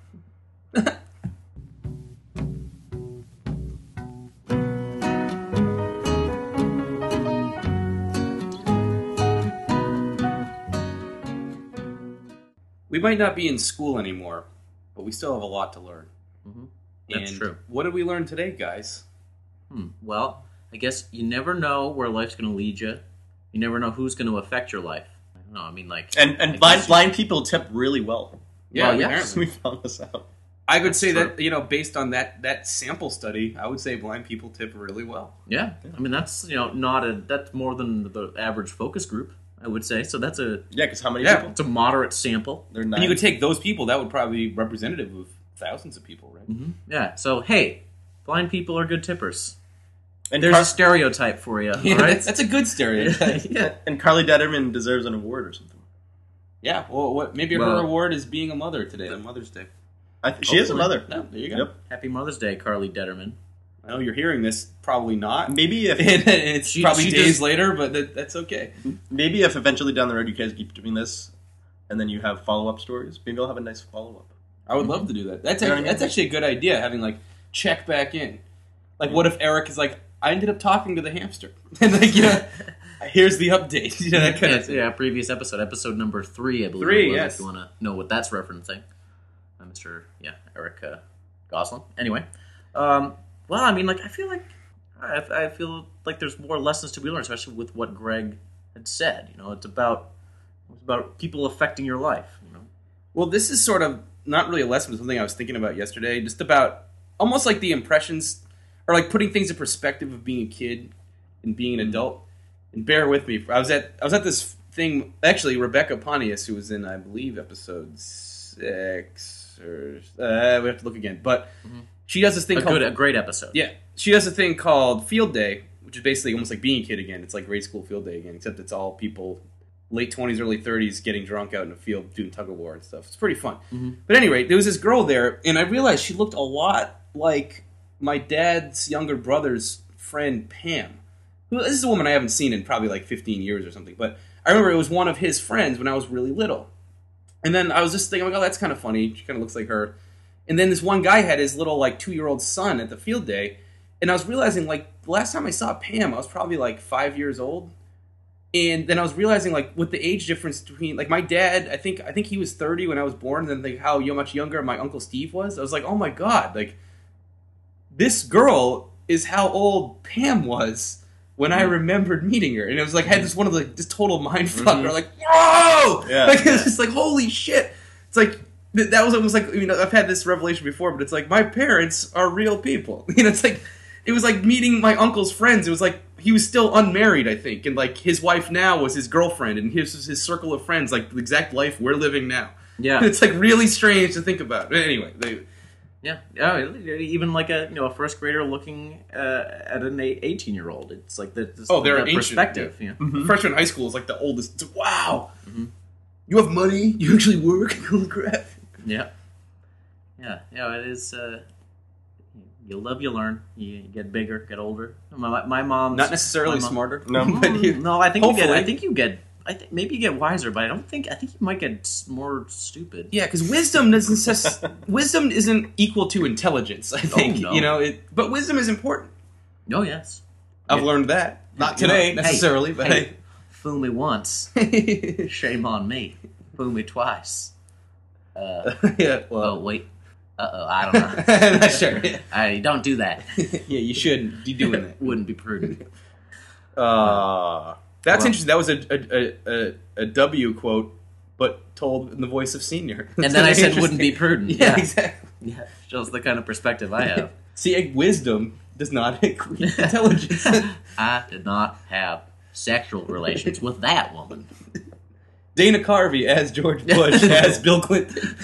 Speaker 1: we might not be in school anymore, but we still have a lot to learn.
Speaker 3: Mhm. That's
Speaker 1: and
Speaker 3: true.
Speaker 1: What did we learn today, guys?
Speaker 3: Hmm. Well, I guess you never know where life's going to lead you. You never know who's going to affect your life. I don't know. I mean, like,
Speaker 2: And and
Speaker 3: I
Speaker 2: blind
Speaker 3: guess-
Speaker 2: blind people tip really well.
Speaker 3: Well, yeah.
Speaker 1: apparently.
Speaker 2: we found this out.
Speaker 1: I would say
Speaker 3: True.
Speaker 1: that you know, based on that that sample study, I would say blind people tip really well.
Speaker 3: yeah. I mean, that's you know not a that's more than the average focus group. I would say so. That's a
Speaker 2: Yeah, because how many
Speaker 1: Yeah.
Speaker 2: people?
Speaker 3: it's a moderate sample.
Speaker 2: They're nine.
Speaker 1: And you could take those people; that would probably be representative of thousands of people, right?
Speaker 3: hmm Yeah. So hey, blind people are good tippers.
Speaker 2: and,
Speaker 3: There's
Speaker 2: Car-
Speaker 3: a stereotype for you.
Speaker 1: Yeah,
Speaker 3: all right.
Speaker 1: that's, that's a good stereotype.
Speaker 3: yeah.
Speaker 2: and Carly Detterman deserves an award or something.
Speaker 1: yeah, well, what, maybe
Speaker 3: Well-
Speaker 1: her award is being a mother today on Mother's Day.
Speaker 2: I th- she is a
Speaker 3: Hopefully.
Speaker 2: mother.
Speaker 1: No, there you go.
Speaker 2: Yep.
Speaker 3: Happy Mother's Day, Carly Detterman.
Speaker 1: I know you're hearing this, probably not,
Speaker 2: Maybe if
Speaker 1: and, and it's
Speaker 3: She-
Speaker 1: probably
Speaker 3: she
Speaker 1: days
Speaker 3: does-
Speaker 1: later, but that, that's okay.
Speaker 2: maybe if eventually down the road you guys keep doing this, and then you have follow up stories. Maybe I'll have a nice follow up.
Speaker 1: I would love to do that. That's
Speaker 2: You
Speaker 1: actually,
Speaker 2: know what I mean?
Speaker 1: that's actually a good idea. Having like check back in, like what if Eric is like, I ended up talking to the hamster, and like you know, here's the update. You know, that kind
Speaker 3: yeah,
Speaker 1: of thing.
Speaker 3: yeah, previous episode, episode number three, I believe.
Speaker 1: Three,
Speaker 3: it was,
Speaker 1: yes.
Speaker 3: If you want to know what that's referencing, uh, Mr. Yeah, Eric uh, Gosling. Anyway, um, well, I mean, like, I feel like I, I feel like there's more lessons to be learned, especially with what Greg had said. You know, it's about it's about people affecting your life. You know,
Speaker 1: Well, this is sort of not really a lesson, but something I was thinking about yesterday, just about almost like the impressions or like putting things in perspective of being a kid and being
Speaker 3: Mm-hmm.
Speaker 1: an adult. And bear with me. I was at I was at this thing actually Rebecca Pontius, who was in I believe episode six or uh, we have to look again, but she does this thing
Speaker 3: Mm-hmm. a
Speaker 1: called
Speaker 3: good, a great episode.
Speaker 1: yeah, she does a thing called Field Day, which is basically almost like being a kid again. It's like grade school Field Day again, except it's all people late twenties, early thirties getting drunk out in the field doing tug of war and stuff. It's pretty fun. But anyway, there was this girl there, and I realized she looked a lot like my dad's younger brother's friend Pam. Who this is a woman I haven't seen in probably like fifteen years or something. But I remember it was one of his friends when I was really little. And then I was just thinking, like, oh, that's kind of funny. She kind of looks like her. And then this one guy had his little like two year old son at the field day, and I was realizing like the last time I saw Pam, I was probably like five years old, and then I was realizing like with the age difference between like my dad, I think I think he was thirty when I was born, and then like how yo- much younger my uncle Steve was. I was like, oh my god, like this girl is how old Pam was when
Speaker 2: Mm-hmm.
Speaker 1: I remembered meeting her, and it was like I had this one of the this total mind fuck.
Speaker 2: Mhm.
Speaker 1: Or like, whoa,
Speaker 2: Yeah.
Speaker 1: like it's just like holy shit. It's like th- that was almost like you know I've had this revelation before, but it's like my parents are real people. You know, it's like it was like meeting my uncle's friends. It was like he was still unmarried, I think, and like his wife now was his girlfriend, and his was his circle of friends, like the exact life we're living now.
Speaker 3: yeah.
Speaker 1: It's like really strange to think about. But anyway, they,
Speaker 3: Yeah, oh, even like a you know a first grader looking uh, at an eighteen year old, it's like the, this,
Speaker 1: Oh, they're
Speaker 3: that
Speaker 1: ancient,
Speaker 3: perspective. Yeah.
Speaker 1: freshman high school is like the oldest. It's, wow, you have money, you actually work. Holy crap!
Speaker 3: yeah, yeah, yeah. It is. Uh, you love, you learn, you get bigger, get older. My, my mom's
Speaker 1: Not necessarily
Speaker 3: my mom-
Speaker 1: smarter.
Speaker 2: No.
Speaker 1: but you,
Speaker 3: Uh-huh. No, I think you get. I
Speaker 1: Hopefully.
Speaker 3: think you get. I think maybe you get wiser, but I don't think. I think you might get s- more stupid.
Speaker 1: Yeah, because wisdom doesn't necess- wisdom isn't equal to intelligence. I think
Speaker 3: no.
Speaker 1: you know it, but wisdom is important.
Speaker 3: Oh yes.
Speaker 1: I've
Speaker 3: Yeah.
Speaker 1: learned that not
Speaker 3: You know,
Speaker 1: today
Speaker 3: hey,
Speaker 1: necessarily, but
Speaker 3: hey, fool me once, shame on me. Fool me twice. Uh,
Speaker 1: yeah,
Speaker 3: oh
Speaker 1: well,
Speaker 3: wait, Uh oh, I don't know.
Speaker 1: Not sure. Yeah.
Speaker 3: I don't do that.
Speaker 1: yeah, you shouldn't be doing that.
Speaker 3: Wouldn't be prudent.
Speaker 1: Uh, that's
Speaker 3: Well-
Speaker 1: interesting. That was a a, a, a a W quote, but told in the voice of senior.
Speaker 3: And then I said wouldn't be
Speaker 1: Interesting.
Speaker 3: prudent.
Speaker 1: Yeah,
Speaker 3: Yeah.
Speaker 1: exactly.
Speaker 3: yeah. Shows the kind of perspective I have.
Speaker 1: See, eh, wisdom does not include intelligence.
Speaker 3: I did not have sexual relations with that woman.
Speaker 1: Dana Carvey as George Bush as Bill Clinton.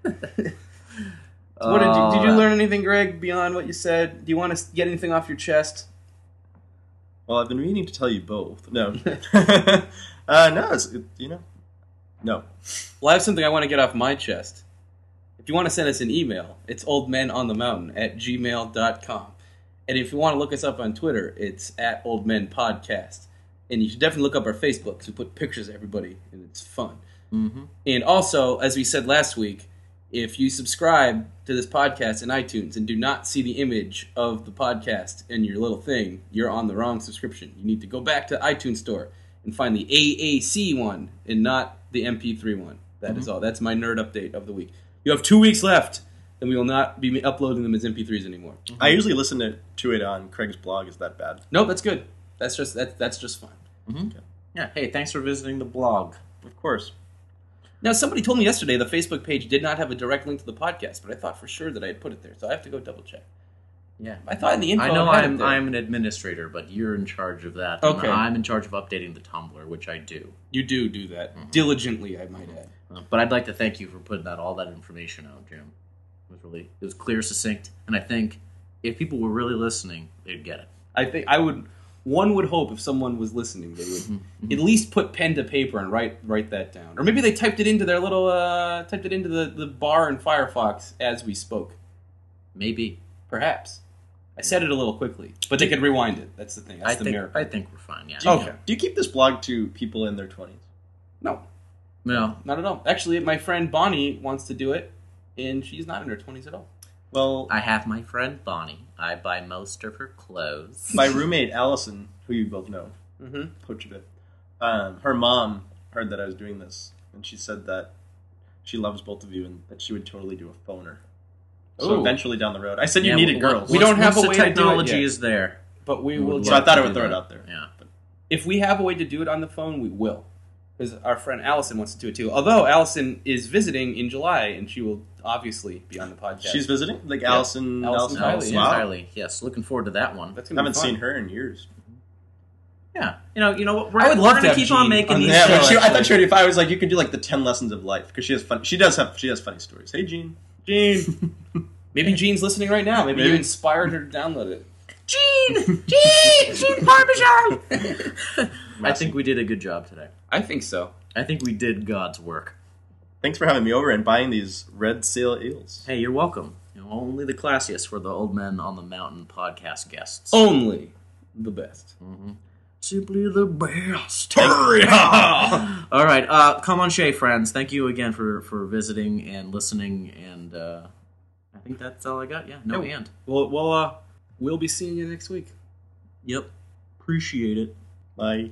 Speaker 1: What did, you, did you
Speaker 3: Uh,
Speaker 1: learn anything, Greg, beyond what you said? Do you want to get anything off your chest?
Speaker 2: Well, I've been meaning to tell you both. No, uh, no, it's, it, you know, no.
Speaker 1: Well, I have something I want to get off my chest. If you want to send us an email, it's oldmenonthemountain at gmail.com. And if you want to look us up on Twitter, it's at oldmenpodcast. And you should definitely look up our Facebook 'cause we put pictures of everybody, and it's fun.
Speaker 3: Mhm.
Speaker 1: And also, as we said last week, if you subscribe to this podcast in iTunes and do not see the image of the podcast in your little thing, you're on the wrong subscription. You need to go back to iTunes store and find the AAC one and not the MP3 one. That is all. That's my nerd update of the week. You have two weeks left, and we will not be uploading them as MP3s anymore.
Speaker 2: I usually listen to, to it on Craig's blog. Is that bad?
Speaker 1: No, that's good. That's just that, that's just fine.
Speaker 3: Yeah. Hey, thanks for visiting the blog.
Speaker 2: Of course.
Speaker 1: Now, somebody told me yesterday the Facebook page did not have a direct link to the podcast, but I thought for sure that I had put it there, so I have to go double check.
Speaker 3: Yeah.
Speaker 1: I thought in the info
Speaker 3: I know
Speaker 1: it had it
Speaker 3: I'm
Speaker 1: there.
Speaker 3: I'm an administrator, but you're in charge of that.
Speaker 1: Okay.
Speaker 3: And I'm in charge of updating the Tumblr, which I do.
Speaker 1: You do do that
Speaker 3: Mm-hmm.
Speaker 1: diligently, I might add.
Speaker 3: Uh, But I'd like to thank you for putting that all that information out, Jim. It was really it was clear, succinct, and I think if people were really listening, they'd get it.
Speaker 1: I think I would. One would hope if someone was listening, they
Speaker 3: Mm-hmm.
Speaker 1: would at least put pen to paper and write write that down, or maybe they typed it into their little uh, typed it into the, the bar in Firefox as we spoke.
Speaker 3: Maybe.
Speaker 1: Perhaps I said it a little quickly, but they could rewind it. That's the thing. That's
Speaker 3: I
Speaker 1: the
Speaker 3: think
Speaker 1: miracle.
Speaker 3: I think we're fine. Yeah.
Speaker 1: Okay.
Speaker 2: Do you keep this blog to people in their twenties?
Speaker 1: No,
Speaker 3: No.
Speaker 1: not at all. Actually, my friend Bonnie wants to do it, and she's not in her twenties at all.
Speaker 2: Well,
Speaker 3: I have my friend Bonnie. I buy most of her clothes.
Speaker 2: my roommate Allison, who you both know,
Speaker 1: Mhm.
Speaker 2: Pochita, um, her mom heard that I was doing this, and she said that she loves both of you and that she would totally do a phoner. So
Speaker 1: Ooh.
Speaker 2: eventually down the road, I said you
Speaker 3: Yeah,
Speaker 2: needed
Speaker 3: well,
Speaker 2: girls.
Speaker 1: We
Speaker 3: once-
Speaker 1: don't have
Speaker 3: once
Speaker 1: a way
Speaker 3: the
Speaker 1: to do it
Speaker 3: technology
Speaker 1: yet.
Speaker 3: is there.
Speaker 1: But we
Speaker 3: we
Speaker 1: will.
Speaker 3: would
Speaker 2: so I
Speaker 3: love
Speaker 2: thought
Speaker 3: to
Speaker 2: I would
Speaker 3: do
Speaker 2: throw it
Speaker 3: that.
Speaker 2: out there.
Speaker 3: Yeah.
Speaker 1: if we have a way to do it on the phone, we will. Because our friend Allison wants to do it too. Although Allison is visiting in July, and she will obviously be on the podcast.
Speaker 2: She's visiting, like Allison.
Speaker 1: Allison Kylie,
Speaker 2: Allison,
Speaker 3: Entirely,
Speaker 1: yeah.
Speaker 2: Wow.
Speaker 3: entirely. Yes. Looking forward to that one.
Speaker 1: That's
Speaker 2: I
Speaker 1: gonna
Speaker 2: haven't
Speaker 1: be fun.
Speaker 2: seen her in years.
Speaker 3: Yeah. You know. You know what? We're,
Speaker 1: I would
Speaker 3: we're
Speaker 1: love to
Speaker 3: gonna
Speaker 1: have
Speaker 3: keep on
Speaker 1: Jean
Speaker 3: making
Speaker 1: on
Speaker 3: these.
Speaker 1: this
Speaker 2: Yeah,
Speaker 1: show,
Speaker 2: but she, I
Speaker 1: actually.
Speaker 2: thought she would. If I was like, you could do like the ten lessons of life because she has fun. She does have. She has funny stories. Hey, Jean.
Speaker 1: Jean. Maybe Jean's listening right now. Maybe, you
Speaker 2: Maybe.
Speaker 1: inspired her to download it.
Speaker 3: Gene, Gene, Gene Parmesan. I think we did a good job today.
Speaker 1: I think so.
Speaker 3: I think we did God's work.
Speaker 2: Thanks for having me over and buying these red sail eels.
Speaker 3: Hey, you're welcome. You know, only the classiest were the old men on the mountain podcast guests.
Speaker 1: Only the best.
Speaker 3: Simply the best.
Speaker 2: Hurry up!
Speaker 3: All right, uh, come on, Shay, friends. Thank you again for for visiting and listening, and uh, I think that's all I got. Yeah, no
Speaker 1: Yeah.
Speaker 3: and.
Speaker 1: Well, well, uh, we'll be seeing you next week.
Speaker 3: Yep, appreciate it.
Speaker 2: Bye.